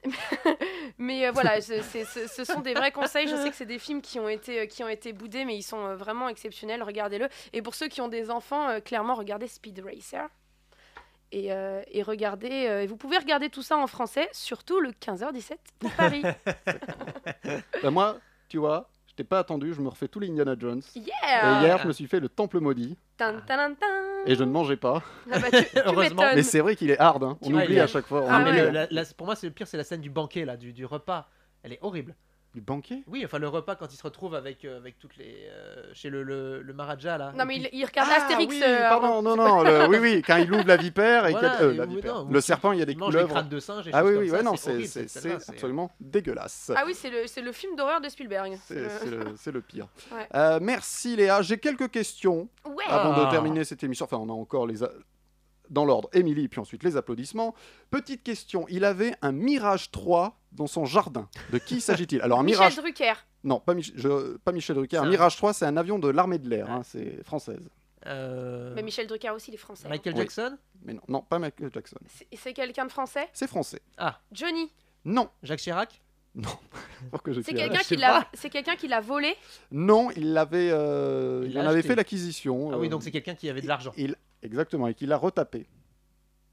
Speaker 2: mais euh, voilà, ce, c'est- ce- ce sont des vrais conseils. Je sais que c'est des films qui ont été euh, qui ont été boudés, mais ils sont euh, vraiment exceptionnels. Regardez-le. Et pour ceux qui ont des enfants, euh, clairement, regardez Speed Racer. Et, euh, et regardez, euh, et vous pouvez regarder tout ça en français, surtout le 15h17 pour Paris.
Speaker 1: Bah, moi, tu vois, je t'ai pas attendu, je me refais tous les Indiana Jones.
Speaker 2: Yeah
Speaker 1: Et hier, je me suis fait le Temple Maudit
Speaker 2: Tan, tan, tan.
Speaker 1: et je ne mangeais pas.
Speaker 2: Ah bah, tu- tu m'étonnes.
Speaker 1: Mais c'est vrai qu'il est hard, hein. on
Speaker 3: Ouais,
Speaker 1: oublie
Speaker 3: il est-
Speaker 1: à chaque fois. on
Speaker 3: Ah, mais
Speaker 1: oublie.
Speaker 3: le- la- la- pour moi, c'est le pire, c'est la scène du banquet, là, du, du repas. Elle est horrible.
Speaker 1: Du banquet
Speaker 3: Oui, enfin le repas quand il se retrouve avec, euh, avec toutes les. euh, chez le, le, le Maharaja, là.
Speaker 2: Non,
Speaker 3: Et
Speaker 2: mais
Speaker 3: puis-
Speaker 2: il, il regarde
Speaker 1: Ah,
Speaker 2: Astérix.
Speaker 1: oui,
Speaker 2: euh,
Speaker 1: pardon, non,
Speaker 2: Arnaud.
Speaker 1: non, le- oui, oui, quand il ouvre la vipère et
Speaker 3: Voilà,
Speaker 1: qu'il y a- euh,
Speaker 3: et
Speaker 1: la
Speaker 3: oui,
Speaker 1: vipère.
Speaker 3: non,
Speaker 1: le
Speaker 3: ou
Speaker 1: serpent, il y a des
Speaker 3: il mange des
Speaker 1: couleuvres.
Speaker 3: crânes de singe et
Speaker 1: ah
Speaker 3: choses
Speaker 1: oui,
Speaker 3: comme
Speaker 1: oui,
Speaker 3: ça,
Speaker 1: ouais, non,
Speaker 3: c'est
Speaker 1: c'est
Speaker 3: horrible,
Speaker 1: c'est-
Speaker 3: celle-là,
Speaker 1: c'est
Speaker 3: c'est- euh,
Speaker 1: absolument dégueulasse.
Speaker 2: Ah oui, c'est le, c'est le film d'horreur de Spielberg. Euh,
Speaker 1: C'est c'est le, c'est le pire.
Speaker 2: Ouais.
Speaker 1: Euh, merci Léa. J'ai quelques questions
Speaker 2: Ouais.
Speaker 1: avant
Speaker 2: Ah.
Speaker 1: de terminer cette émission. Enfin, on a encore les a- dans l'ordre. Émilie, puis ensuite les applaudissements. Petite question. Il avait un Mirage 3 dans son jardin. De qui s'agit-il Alors un
Speaker 2: Michel
Speaker 1: Mirage.
Speaker 2: Drucker.
Speaker 1: Non, pas, Mich- je- pas Michel Drucker. Un
Speaker 3: un-
Speaker 1: Mirage 3, c'est un avion de l'armée de l'air. hein, c'est française.
Speaker 3: Euh,
Speaker 2: Mais Michel Drucker aussi, il est français. hein.
Speaker 1: Oui. Mais non, non, pas Michael Jackson.
Speaker 2: C'est- C'est quelqu'un de français
Speaker 1: C'est français.
Speaker 3: Ah.
Speaker 2: Johnny.
Speaker 1: Non.
Speaker 3: Jacques Chirac
Speaker 1: Non. Pour que euh, je
Speaker 2: C'est
Speaker 1: tire.
Speaker 2: quelqu'un qui l'a. C'est quelqu'un qui l'a volé.
Speaker 1: Non, il l'avait. euh, il
Speaker 3: l'a
Speaker 1: en avait
Speaker 3: acheté.
Speaker 1: fait l'acquisition.
Speaker 3: Ah oui,
Speaker 1: euh,
Speaker 3: donc c'est quelqu'un qui avait de l'argent.
Speaker 1: il, exactement, et qu'il l'a retapé.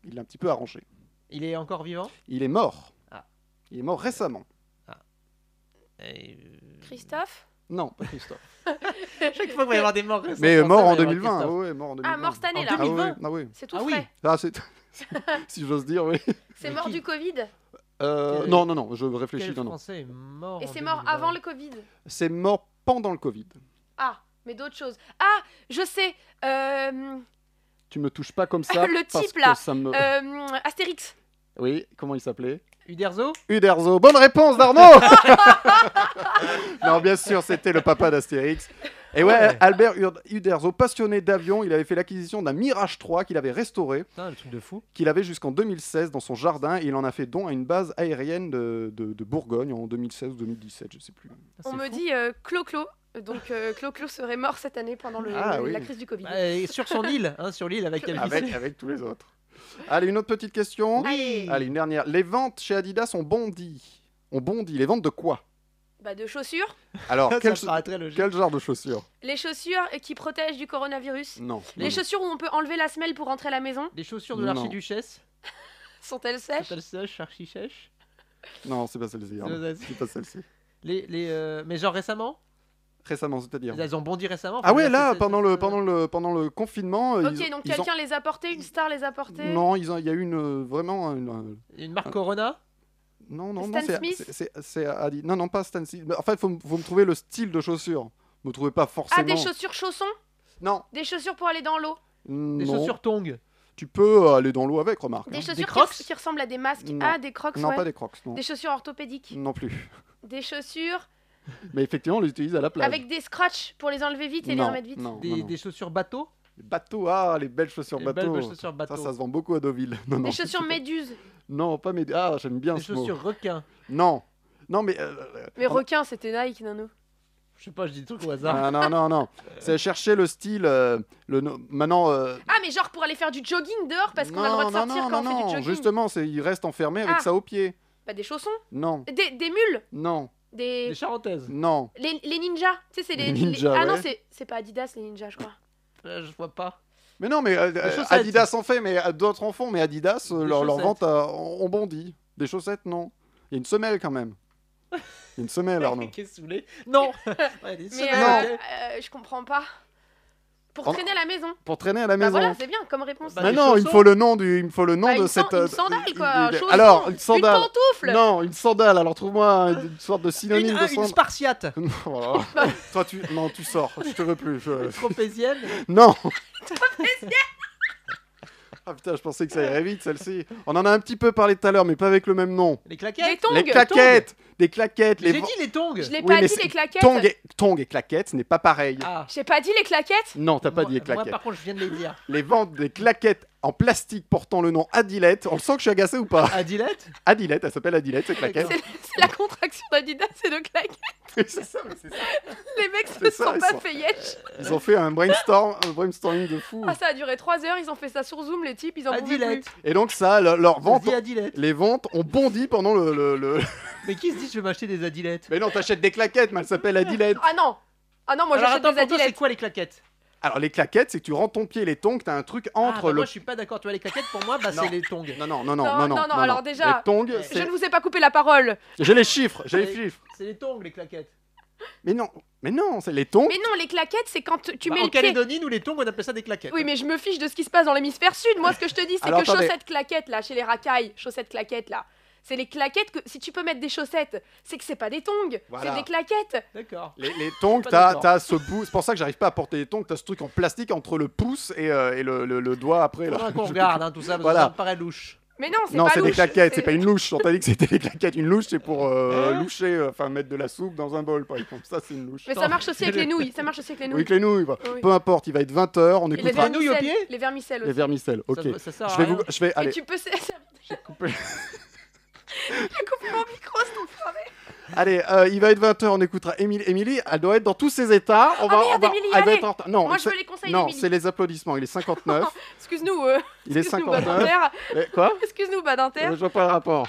Speaker 1: Il l'a un petit peu arrangé.
Speaker 3: Il est encore vivant
Speaker 1: Il est mort.
Speaker 3: Ah.
Speaker 1: Il est mort récemment.
Speaker 3: euh,
Speaker 2: Christophe.
Speaker 1: Non, pas Christophe.
Speaker 3: Chaque fois qu'il va y avoir des morts.
Speaker 1: Mais euh,
Speaker 3: récents,
Speaker 1: mort en
Speaker 3: il va y avoir
Speaker 1: 2020.
Speaker 3: Christophe.
Speaker 1: hein. ouais, ouais, mort en 2020.
Speaker 2: Ah, mort cette année, là.
Speaker 1: Ah oui,
Speaker 2: 2020.
Speaker 1: ah oui.
Speaker 2: C'est tout
Speaker 1: Ah oui.
Speaker 2: frais.
Speaker 1: Ah, c'est- si j'ose dire, oui.
Speaker 2: C'est mort du Covid.
Speaker 1: Euh,
Speaker 3: Quel-
Speaker 1: non, non, non, je oh, réfléchis.
Speaker 3: Quel
Speaker 1: Non, non.
Speaker 3: Français est mort
Speaker 2: Et
Speaker 3: Oh, en
Speaker 2: c'est mort
Speaker 3: 2020?
Speaker 2: avant le Covid.
Speaker 1: C'est mort pendant le Covid.
Speaker 2: Ah, mais d'autres choses. Ah, je sais. euh,
Speaker 1: Tu me touches pas comme ça.
Speaker 2: le
Speaker 1: parce
Speaker 2: type
Speaker 1: que
Speaker 2: là.
Speaker 1: ça me-
Speaker 2: euh, Astérix.
Speaker 1: Oui, comment il s'appelait
Speaker 3: Uderzo
Speaker 1: Uderzo. Bonne réponse d'Arnaud Non, bien sûr, c'était le papa d'Astérix. Et ouais,
Speaker 3: Ouais.
Speaker 1: Albert Ur- Uderzo, passionné d'avion, il avait fait l'acquisition d'un Mirage 3 qu'il avait restauré,
Speaker 3: Putain, le truc de fou.
Speaker 1: qu'il avait jusqu'en 2016 dans son jardin, et il en a fait don à une base aérienne de, de- de Bourgogne en 2016 ou 2017, je sais plus.
Speaker 3: Ah,
Speaker 2: On me dit euh, Clo-Clo. Donc euh, Clo-Clo serait mort cette année pendant le-
Speaker 1: Ah, oui.
Speaker 2: Euh, la crise du Covid.
Speaker 3: Bah, et sur son île, hein, sur l'île avec Elvis.
Speaker 1: Avec, avec tous les autres. Allez, une autre petite question.
Speaker 2: Allez.
Speaker 1: Allez, une dernière. Les ventes chez Adidas ont bondi. Ont bondi. Les ventes de quoi
Speaker 2: Bah, de chaussures.
Speaker 1: Alors,
Speaker 3: Ça
Speaker 1: quel,
Speaker 3: me paraît très logique.
Speaker 1: quel genre de chaussures
Speaker 2: Les chaussures qui protègent du coronavirus.
Speaker 1: Non.
Speaker 2: Les chaussures où on peut enlever la semelle pour rentrer à la maison.
Speaker 3: Les chaussures de
Speaker 1: Non.
Speaker 3: l'archiduchesse
Speaker 2: Sont-elles sèches
Speaker 3: Total Sèche, Archichèche
Speaker 1: Non, c'est pas celle-ci. Arnaud.
Speaker 3: Non, ça,
Speaker 1: C'est pas celle-ci.
Speaker 3: les, les, euh, Mais genre récemment
Speaker 1: Récemment, c'est-à-dire.
Speaker 3: Elles ont bondi récemment
Speaker 1: Ah
Speaker 3: enfin,
Speaker 1: ouais,
Speaker 3: c'est-
Speaker 1: là,
Speaker 3: c'est-
Speaker 1: pendant le, pendant le, pendant le confinement. euh,
Speaker 2: Ok,
Speaker 1: ils-
Speaker 2: donc
Speaker 1: ils ont-
Speaker 2: quelqu'un les a portées, une star les a portées.
Speaker 1: Non, ils ont- il y a eu une, euh, vraiment une, euh,
Speaker 3: Une marque Corona
Speaker 1: Non, non, non,
Speaker 2: Stan
Speaker 1: c'est-
Speaker 2: Smith
Speaker 1: c'est- c'est c'est Adi- Non, non, pas Stan Smith. Mais En fait, faut, faut me trouver le style de chaussures. Me trouvez pas
Speaker 2: Ah,
Speaker 1: forcément.
Speaker 2: des chaussures chaussons
Speaker 1: Non.
Speaker 2: Des chaussures pour aller dans l'eau
Speaker 3: Des
Speaker 1: Mm, non.
Speaker 3: chaussures Tong
Speaker 1: Tu peux euh, aller dans l'eau avec, remarque.
Speaker 2: Des
Speaker 1: hein.
Speaker 2: chaussures
Speaker 3: Des
Speaker 2: qui
Speaker 3: Crocs
Speaker 2: res- qui, ressemblent à des masques.
Speaker 1: Non.
Speaker 2: Ah, des crocs,
Speaker 1: Non,
Speaker 2: ouais.
Speaker 1: pas des crocs, non.
Speaker 2: Des chaussures orthopédiques.
Speaker 1: Non plus.
Speaker 2: Des chaussures
Speaker 1: Mais effectivement, on l'utilise à la plage.
Speaker 2: avec des scratchs pour les enlever vite et les
Speaker 1: non,
Speaker 2: remettre vite.
Speaker 1: Non,
Speaker 3: des,
Speaker 1: non, non.
Speaker 3: des chaussures bateau
Speaker 1: Les bateaux, ah, les belles chaussures
Speaker 3: Des
Speaker 1: bateaux.
Speaker 3: belles chaussures bateau.
Speaker 1: Ça, ça se vend beaucoup à Deauville. Non, non.
Speaker 2: Des chaussures méduses.
Speaker 1: Non, pas mes. Ah, j'aime bien
Speaker 3: Des
Speaker 1: ce mot.
Speaker 3: chaussures requin
Speaker 1: Non. Non, mais. euh, euh,
Speaker 2: Mais
Speaker 1: on-
Speaker 2: requin, c'était Nike, Nano.
Speaker 3: Je sais pas, je dis des trucs au hasard.
Speaker 1: Ah, non, non, non. C'est chercher le style. euh, le no- Maintenant. euh,
Speaker 2: Ah, mais genre pour aller faire du jogging dehors parce qu'on a le
Speaker 1: non,
Speaker 2: droit de
Speaker 1: non,
Speaker 2: sortir
Speaker 1: non,
Speaker 2: quand
Speaker 1: non,
Speaker 2: on fait
Speaker 1: non.
Speaker 2: du jogging.
Speaker 1: Justement, c'est... il reste enfermé avec
Speaker 2: Ah.
Speaker 1: ça au pied.
Speaker 2: Bah, des chaussons.
Speaker 1: Non,
Speaker 2: Des, des mules.
Speaker 1: non,
Speaker 2: Des.
Speaker 3: Des charentaises
Speaker 1: non.
Speaker 2: Les, les ninjas. Tu sais, c'est les.
Speaker 1: Les ninjas,
Speaker 2: Ah non,
Speaker 1: ouais.
Speaker 2: c'est c'est pas Adidas, les ninjas, je crois.
Speaker 3: Euh, Je vois pas.
Speaker 1: Mais non, mais euh, euh,
Speaker 3: chaussettes.
Speaker 1: Adidas en fait, mais euh, d'autres en font. Mais Adidas, euh,
Speaker 3: Des
Speaker 1: leur, leur
Speaker 3: chaussettes.
Speaker 1: vente euh, ont bondi. Des chaussettes, non. Il y a une semelle quand même. Il y a une semelle, Arnaud.
Speaker 3: Qui est saoulé Non Ouais, des
Speaker 2: Mais
Speaker 3: semaines,
Speaker 2: euh,
Speaker 3: ok.
Speaker 2: euh, je comprends pas. Pour
Speaker 1: Oh.
Speaker 2: traîner à la maison.
Speaker 1: Pour traîner à la
Speaker 2: Bah
Speaker 1: maison.
Speaker 2: voilà, c'est bien comme réponse.
Speaker 3: Bah,
Speaker 1: mais
Speaker 3: des
Speaker 1: non, il me
Speaker 3: chaussons.
Speaker 1: faut le nom du, il me faut le nom
Speaker 2: Bah,
Speaker 1: de
Speaker 2: une san-
Speaker 1: cette. euh,
Speaker 2: une sandale, quoi, un chausson,
Speaker 1: alors, une
Speaker 2: Une
Speaker 1: sandale.
Speaker 2: pantoufle
Speaker 1: non, une sandale. Alors trouve-moi un- une sorte de
Speaker 3: Une,
Speaker 1: synonyme de
Speaker 3: une,
Speaker 1: sandale.
Speaker 3: spartiate
Speaker 1: Non, voilà. Toi, tu, non, tu sors. Je te veux plus. je-
Speaker 3: Une tropézienne
Speaker 1: Non Ah putain, je pensais que ça irait vite celle-ci. On en a un petit peu parlé tout à l'heure, mais pas avec le même nom.
Speaker 3: Les
Speaker 2: Des
Speaker 3: claquettes
Speaker 2: tongs
Speaker 1: les claquettes Des claquettes les
Speaker 3: J'ai
Speaker 1: vo-
Speaker 3: dit les tongs
Speaker 2: Je l'ai
Speaker 1: Oui,
Speaker 2: pas
Speaker 1: mais
Speaker 2: dit
Speaker 1: c'est-
Speaker 2: les claquettes
Speaker 1: tongs et... tongs et claquettes, ce n'est pas pareil.
Speaker 3: Ah
Speaker 2: J'ai pas dit les claquettes
Speaker 1: Non, t'as pas
Speaker 3: Moi-
Speaker 1: dit les claquettes.
Speaker 3: Moi, par contre, je viens de les dire.
Speaker 1: Les ventes des claquettes en plastique portant le nom Adilette. On le sent que je suis agacé ou pas
Speaker 3: Adilette
Speaker 1: Adilette, elle s'appelle Adilette, ces claquettes.
Speaker 2: C'est c'est la contraction d'Adidas et de claquettes.
Speaker 1: C'est ça, mais c'est ça.
Speaker 2: Les mecs se
Speaker 1: C'est ça,
Speaker 2: sont
Speaker 1: ils
Speaker 2: pas
Speaker 1: sont-
Speaker 2: fait yesh.
Speaker 1: Ils ont fait un brainstorm, un brainstorming de fou.
Speaker 2: Ah, ça a duré 3 heures, ils ont fait ça sur Zoom, les types, ils en pouvaient plus.
Speaker 3: Adilette
Speaker 1: Et donc ça, le- leurs
Speaker 3: On
Speaker 1: ventes,
Speaker 3: dit Adilette
Speaker 1: les ventes ont bondi pendant le- le- le...
Speaker 3: Mais qui se dit je vais m'acheter des Adilettes
Speaker 1: Mais non, t'achètes des claquettes, mais elle s'appelle Adilette.
Speaker 2: Ah non Ah non, moi
Speaker 3: Alors
Speaker 2: j'achète
Speaker 3: attends,
Speaker 2: des
Speaker 3: pour toi, c'est
Speaker 2: Adilettes.
Speaker 3: quoi les claquettes
Speaker 1: Alors les claquettes, c'est que tu rends ton pied et les tongs, t'as un truc
Speaker 3: Ah,
Speaker 1: entre
Speaker 3: bah,
Speaker 1: le.
Speaker 3: Moi, je suis pas d'accord. Tu vois, les claquettes, pour moi, bah,
Speaker 1: Non.
Speaker 3: c'est les tongs.
Speaker 1: Non, non, non, non,
Speaker 2: Non,
Speaker 1: non, non,
Speaker 2: non, non, alors déjà,
Speaker 1: Les tongs,
Speaker 3: euh,
Speaker 1: c'est-
Speaker 2: Je ne vous ai pas coupé la parole.
Speaker 1: j'ai les chiffres, j'ai les
Speaker 3: Mais-
Speaker 1: chiffres.
Speaker 3: C'est les tongs, les claquettes.
Speaker 1: Mais non, mais non, c'est les tongs.
Speaker 2: Mais non, les claquettes, c'est quand tu
Speaker 3: Bah,
Speaker 2: mets
Speaker 3: en
Speaker 2: le pied.
Speaker 3: Calédonie, nous, les tongs, on appelle ça des claquettes.
Speaker 2: Oui, mais je me fiche de ce qui se passe dans l'hémisphère sud. Moi, ce que je te dis, c'est
Speaker 1: Alors,
Speaker 2: que
Speaker 1: attendez.
Speaker 2: chaussettes claquettes, là, chez les racailles, chaussettes claquettes, là. C'est les claquettes que si tu peux mettre des chaussettes, c'est que c'est pas des tongs,
Speaker 1: Voilà.
Speaker 2: c'est des claquettes.
Speaker 3: D'accord.
Speaker 1: Les, les tongs,
Speaker 3: Pas
Speaker 1: t'as,
Speaker 3: d'accord.
Speaker 1: t'as ce bout. C'est pour ça que j'arrive pas à porter les tongs. T'as ce truc en plastique entre le pouce et, euh, et le, le- le doigt après. Là.
Speaker 3: Faudra qu'on regarde hein, tout ça, parce
Speaker 1: Voilà.
Speaker 3: que ça me paraît louche.
Speaker 2: Mais non, c'est
Speaker 1: Non,
Speaker 2: pas
Speaker 1: c'est des
Speaker 2: louche,
Speaker 1: claquettes, c'est pas une louche. On t'a dit que c'était des claquettes. Une louche, c'est pour euh,
Speaker 3: Hein
Speaker 1: loucher, euh, enfin mettre de la soupe dans un bol, par exemple. Ça, c'est une louche.
Speaker 2: Mais ça marche aussi avec les nouilles, ça marche aussi avec les
Speaker 1: Oui,
Speaker 2: nouilles.
Speaker 1: que les nouilles. voilà.
Speaker 2: Oui.
Speaker 1: Peu importe, il va être 20h, on
Speaker 2: Et les
Speaker 1: écoutera
Speaker 3: Des nouilles au
Speaker 2: vermicelles,
Speaker 3: pied
Speaker 2: les vermicelles
Speaker 1: les
Speaker 2: aussi.
Speaker 1: vermicelles. Ok.
Speaker 3: Ça, ça sert à
Speaker 1: Je vais
Speaker 3: rien.
Speaker 1: vous. Je vais.
Speaker 2: Et
Speaker 1: Allez.
Speaker 2: tu peux
Speaker 1: coupé.
Speaker 2: couper mon micro, s'il te plaît.
Speaker 1: Allez, euh, il va être 20h, on écoutera Émilie. Émilie, elle doit être dans tous ses états. On va,
Speaker 2: Ah, merde,
Speaker 1: on va-
Speaker 2: Émilie,
Speaker 1: elle doit
Speaker 2: allez.
Speaker 1: être en retard. Non,
Speaker 2: Moi, je
Speaker 1: c'est-
Speaker 2: veux les conseils
Speaker 1: non,
Speaker 2: d'Émilie.
Speaker 1: c'est les applaudissements. Il est 59.
Speaker 2: Excuse-nous, euh,
Speaker 1: il est
Speaker 2: excuse-nous,
Speaker 1: 59.
Speaker 2: Badinter.
Speaker 1: Mais quoi
Speaker 2: Excuse-nous, Badinter.
Speaker 1: Je vois pas le rapport.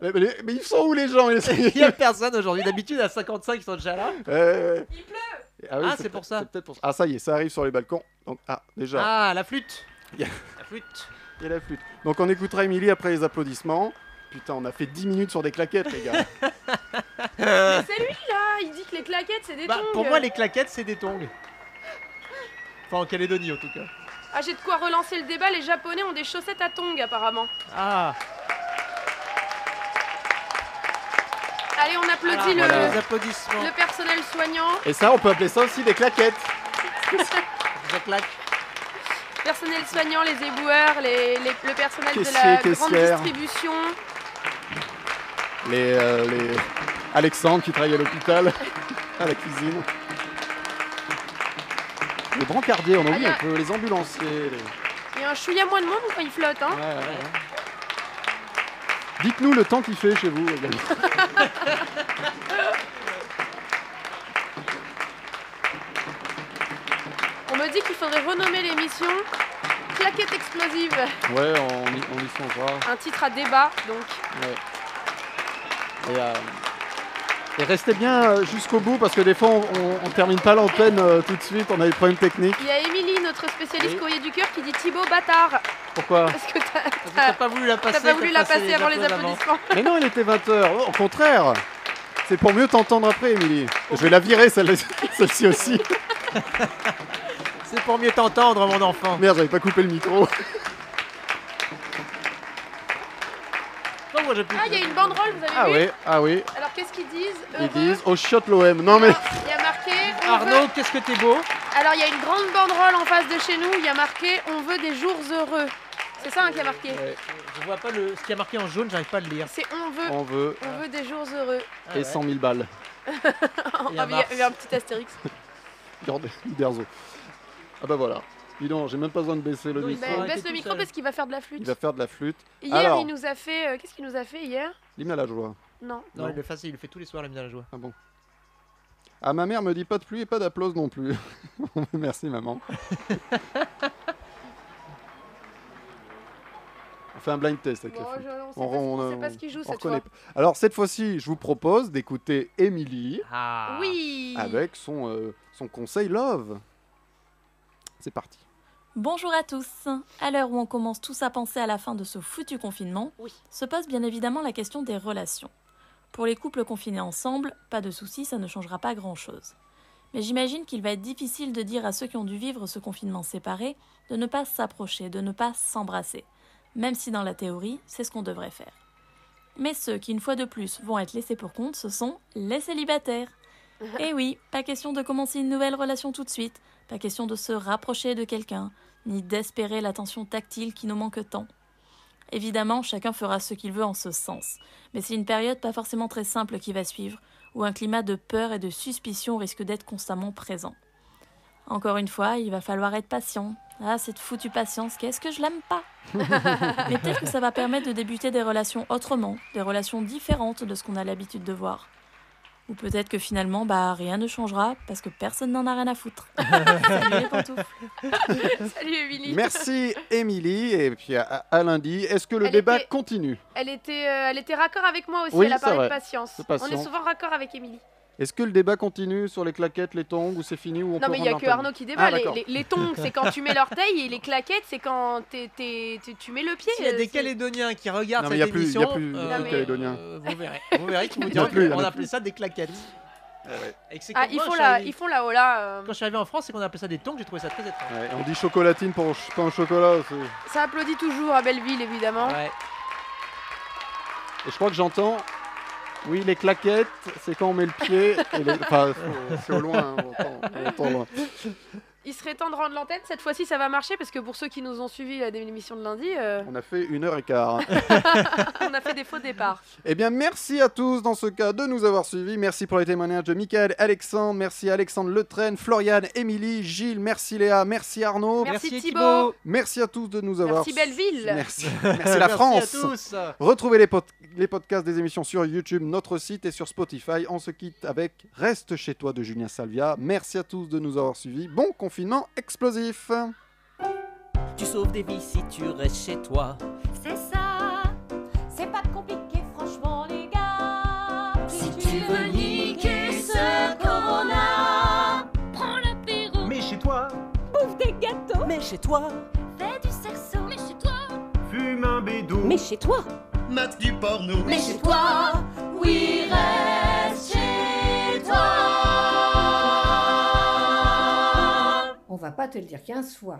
Speaker 1: Mais, mais- mais ils sont où les gens ils sont-
Speaker 3: Il y a personne aujourd'hui. D'habitude, à 55, ils sont déjà là.
Speaker 1: Euh,
Speaker 2: Il pleut.
Speaker 1: oui,
Speaker 3: Ah, c'est pour ça.
Speaker 1: c'est peut-être pour ça. Ah, ça y est, ça arrive sur les balcons. Donc, ah, déjà,
Speaker 3: Ah, la flûte
Speaker 1: Il y a-
Speaker 3: La flûte
Speaker 1: il y a la flûte. Donc, on écoutera Émilie après les applaudissements. Putain, on a fait 10 minutes sur des claquettes, les gars.
Speaker 2: Mais c'est lui, là. Il dit que les claquettes, c'est des
Speaker 3: Bah,
Speaker 2: tongs.
Speaker 3: pour moi, les claquettes, c'est des tongs. Enfin, en Calédonie, en tout cas.
Speaker 2: Ah, j'ai de quoi relancer le débat. Les Japonais ont des chaussettes à tongs, apparemment.
Speaker 3: Ah
Speaker 2: Allez, on
Speaker 1: Voilà.
Speaker 2: applaudit le,
Speaker 1: Voilà. Les
Speaker 3: applaudissements.
Speaker 2: le personnel soignant.
Speaker 1: Et ça, on peut appeler ça aussi des claquettes.
Speaker 2: personnel soignant, les éboueurs, les, les- le personnel de la
Speaker 1: Caissier,
Speaker 2: grande
Speaker 1: caissière.
Speaker 2: distribution.
Speaker 1: Les, euh, les- Alexandre qui travaille à l'hôpital, à la cuisine. Les brancardiers, on a
Speaker 2: Ah,
Speaker 1: oublié
Speaker 2: y a-
Speaker 1: un peu, les ambulanciers. les-
Speaker 2: Il y a un chouïa moins de monde quand il flotte. Hein.
Speaker 1: Dites-nous le temps qu'il fait chez vous également.
Speaker 2: On me dit qu'il faudrait renommer l'émission Claquette explosive.
Speaker 1: Ouais, on, y- on y songera.
Speaker 2: Un titre à débat, donc.
Speaker 1: Ouais. Et, euh, et restez bien euh, jusqu'au bout parce que des fois on, on- on termine pas l'antenne euh, tout de suite, on a des problèmes techniques.
Speaker 2: Il y a Émilie, notre spécialiste
Speaker 1: Oui.
Speaker 2: courrier du cœur, qui dit Thibaut bâtard.
Speaker 1: Pourquoi
Speaker 2: Parce que t'as-
Speaker 3: t'as pas voulu la
Speaker 2: passer, pas voulu la passer avant les applaudissements.
Speaker 1: Mais non, il était 20h. Au contraire, c'est pour mieux t'entendre après, Émilie. Je vais la virer celle- celle-ci aussi.
Speaker 3: C'est pour mieux t'entendre, mon enfant.
Speaker 1: Merde, j'avais pas coupé le micro.
Speaker 3: Oh, moi, j'ai plus-
Speaker 2: Ah, il y a une banderole, vous avez
Speaker 1: Ah
Speaker 2: vu
Speaker 1: oui, ah oui.
Speaker 2: Alors qu'est-ce qu'ils disent
Speaker 1: Ils
Speaker 2: Heureux.
Speaker 1: disent oh, au chiotte l'OM. Non mais.
Speaker 2: Il y a marqué. on
Speaker 3: Arnaud,
Speaker 2: veut-
Speaker 3: qu'est-ce que t'es beau
Speaker 2: Alors il y a une grande banderole en face de chez nous, il y a marqué On veut des jours heureux. C'est ça hein, qui a marqué
Speaker 3: Je vois pas le... ce qui a marqué en jaune, j'arrive pas à le lire.
Speaker 2: C'est On veut.
Speaker 1: On veut. Ah
Speaker 2: On veut des jours heureux.
Speaker 1: Et 100 000 balles.
Speaker 2: Ah,
Speaker 3: Et
Speaker 2: mais
Speaker 3: un
Speaker 2: il y a-
Speaker 3: mars.
Speaker 2: il y a un petit astérix.
Speaker 1: Regardez, Uderzo. Ah bah voilà. Dis donc, j'ai même pas besoin de baisser le
Speaker 2: Ben,
Speaker 1: micro.
Speaker 2: baisse le micro parce qu'il va faire de la flûte.
Speaker 1: Il va faire de la flûte.
Speaker 2: Hier,
Speaker 1: Alors,
Speaker 2: il nous a fait. euh, Qu'est-ce qu'il nous a fait hier
Speaker 1: l'hymne à la joie.
Speaker 2: Non.
Speaker 3: Non,
Speaker 1: Non.
Speaker 3: il le fait, il le fait tous les soirs, la mise à la joie.
Speaker 1: Ah bon Ah, ma mère me dit pas de pluie et pas d'applause non plus. Merci, maman. on fait un blind test avec
Speaker 2: Bon,
Speaker 1: la flûte.
Speaker 2: je- on sait pas- on sait pas ce qu'il joue,
Speaker 1: on
Speaker 2: cette
Speaker 1: reconnaît
Speaker 2: fois.
Speaker 1: pas. Alors, cette fois-ci, je vous propose d'écouter Émilie
Speaker 2: Oui.
Speaker 1: avec son, euh, son conseil Love. C'est parti.
Speaker 13: Bonjour à tous. À l'heure où on commence tous à penser à la fin de ce foutu confinement, se pose bien évidemment la question des relations. Pour les couples confinés ensemble, pas de souci, ça ne changera pas grand-chose. Mais j'imagine qu'il va être difficile de dire à ceux qui ont dû vivre ce confinement séparé de ne pas s'approcher, de ne pas s'embrasser, même si dans la théorie, c'est ce qu'on devrait faire. Mais ceux qui, une fois de plus, vont être laissés pour compte, ce sont les célibataires. Eh oui, pas question de commencer une nouvelle relation tout de suite, pas question de se rapprocher de quelqu'un, ni d'espérer l'attention tactile qui nous manque tant. Évidemment, chacun fera ce qu'il veut en ce sens, mais c'est une période pas forcément très simple qui va suivre, où un climat de peur et de suspicion risque d'être constamment présent. Encore une fois, il va falloir être patient. Ah, cette foutue patience, qu'est-ce que je l'aime pas Mais peut-être que ça va permettre de débuter des relations autrement, des relations différentes de ce qu'on a l'habitude de voir. Ou peut-être que finalement, bah, rien ne changera parce que personne n'en a rien à foutre. Salut les pantoufles.
Speaker 2: Salut Émilie.
Speaker 1: Merci, Émilie. Et puis à, à lundi. Est-ce que le
Speaker 2: Elle
Speaker 1: débat
Speaker 2: était-
Speaker 1: continue
Speaker 2: Elle était, euh, elle était raccord avec moi aussi.
Speaker 1: Oui,
Speaker 2: elle a
Speaker 1: c'est
Speaker 2: parlé de
Speaker 1: vrai.
Speaker 2: patience.
Speaker 1: De patience.
Speaker 2: On est souvent raccord avec Émilie.
Speaker 1: Est-ce que le débat continue sur les claquettes, les tongs, ou c'est fini ou on
Speaker 2: Non,
Speaker 1: peut
Speaker 2: mais il n'y a
Speaker 1: rendre
Speaker 2: que
Speaker 1: l'antenne
Speaker 2: Arnaud qui débat.
Speaker 1: Ah,
Speaker 2: les,
Speaker 1: d'accord.
Speaker 2: les- les tongs, c'est quand tu mets l'orteil et les claquettes, c'est quand t'es- t'es- t'es- tu mets le pied.
Speaker 3: S'il y a
Speaker 2: euh,
Speaker 3: des
Speaker 2: c'est-
Speaker 3: Calédoniens qui regardent
Speaker 1: Non, mais
Speaker 3: cette
Speaker 1: y a plus-
Speaker 3: émission,
Speaker 1: y a plus- y a
Speaker 3: euh,
Speaker 1: plus de Calédoniens.
Speaker 3: euh, vous verez, vous verez qu'ils vous
Speaker 1: Y en a
Speaker 3: diront
Speaker 1: plus, y en a
Speaker 3: qu'on
Speaker 1: plus.
Speaker 3: appelait ça des claquettes. Et que c'est
Speaker 2: Ah,
Speaker 3: comme
Speaker 2: ils
Speaker 3: moi,
Speaker 2: font,
Speaker 3: je suis
Speaker 2: la,
Speaker 3: arrivé-
Speaker 2: ils font la hola. euh.
Speaker 3: Quand je suis arrivé en France et qu'on appelait ça des tongs, j'ai trouvé ça très étrange.
Speaker 1: Ouais, on dit chocolatine pour ch- pain au chocolat. c'est-
Speaker 2: Ça applaudit toujours à Belleville, évidemment.
Speaker 1: Et je crois que j'entends. Oui, les claquettes, c'est quand on met le pied. et les- Enfin, faut- c'est au loin. hein, on entend- on entend loin.
Speaker 2: Il serait temps de rendre l'antenne. Cette fois-ci, ça va marcher parce que pour ceux qui nous ont suivis à l'émission de lundi, euh,
Speaker 1: On a fait une heure et quart.
Speaker 2: on a fait des faux départs.
Speaker 1: Eh bien, merci à tous dans ce cas de nous avoir suivis. Merci pour les témoignages de Michael, Alexandre, merci à Alexandre Letraine, Floriane, Émilie, Gilles, merci Léa, merci Arnaud.
Speaker 2: Merci Merci Thibaut. Thibaut.
Speaker 1: Merci à tous de nous avoir
Speaker 2: Merci Belleville.
Speaker 1: Merci, merci la
Speaker 3: Merci à
Speaker 1: France.
Speaker 3: tous.
Speaker 1: Retrouvez les, pod- les podcasts des émissions sur YouTube, notre site et sur Spotify. On se quitte avec Reste chez toi de Julien Salvia. Merci à tous de nous avoir suivis. Bon confinement explosif.
Speaker 14: Tu sauves des vies si tu restes chez toi.
Speaker 15: C'est ça, c'est pas compliqué, franchement, les gars. Si tu veux niquer ce qu'on a, prends l'apéro. Mais chez toi, bouffe des gâteaux. Mais chez toi, fais du cerceau. Mais chez toi,
Speaker 16: Fume un bédou.
Speaker 15: mais chez toi,
Speaker 16: Mate du porno.
Speaker 15: mais chez toi, oui, reste chez toi.
Speaker 17: On va pas te le dire 15 fois.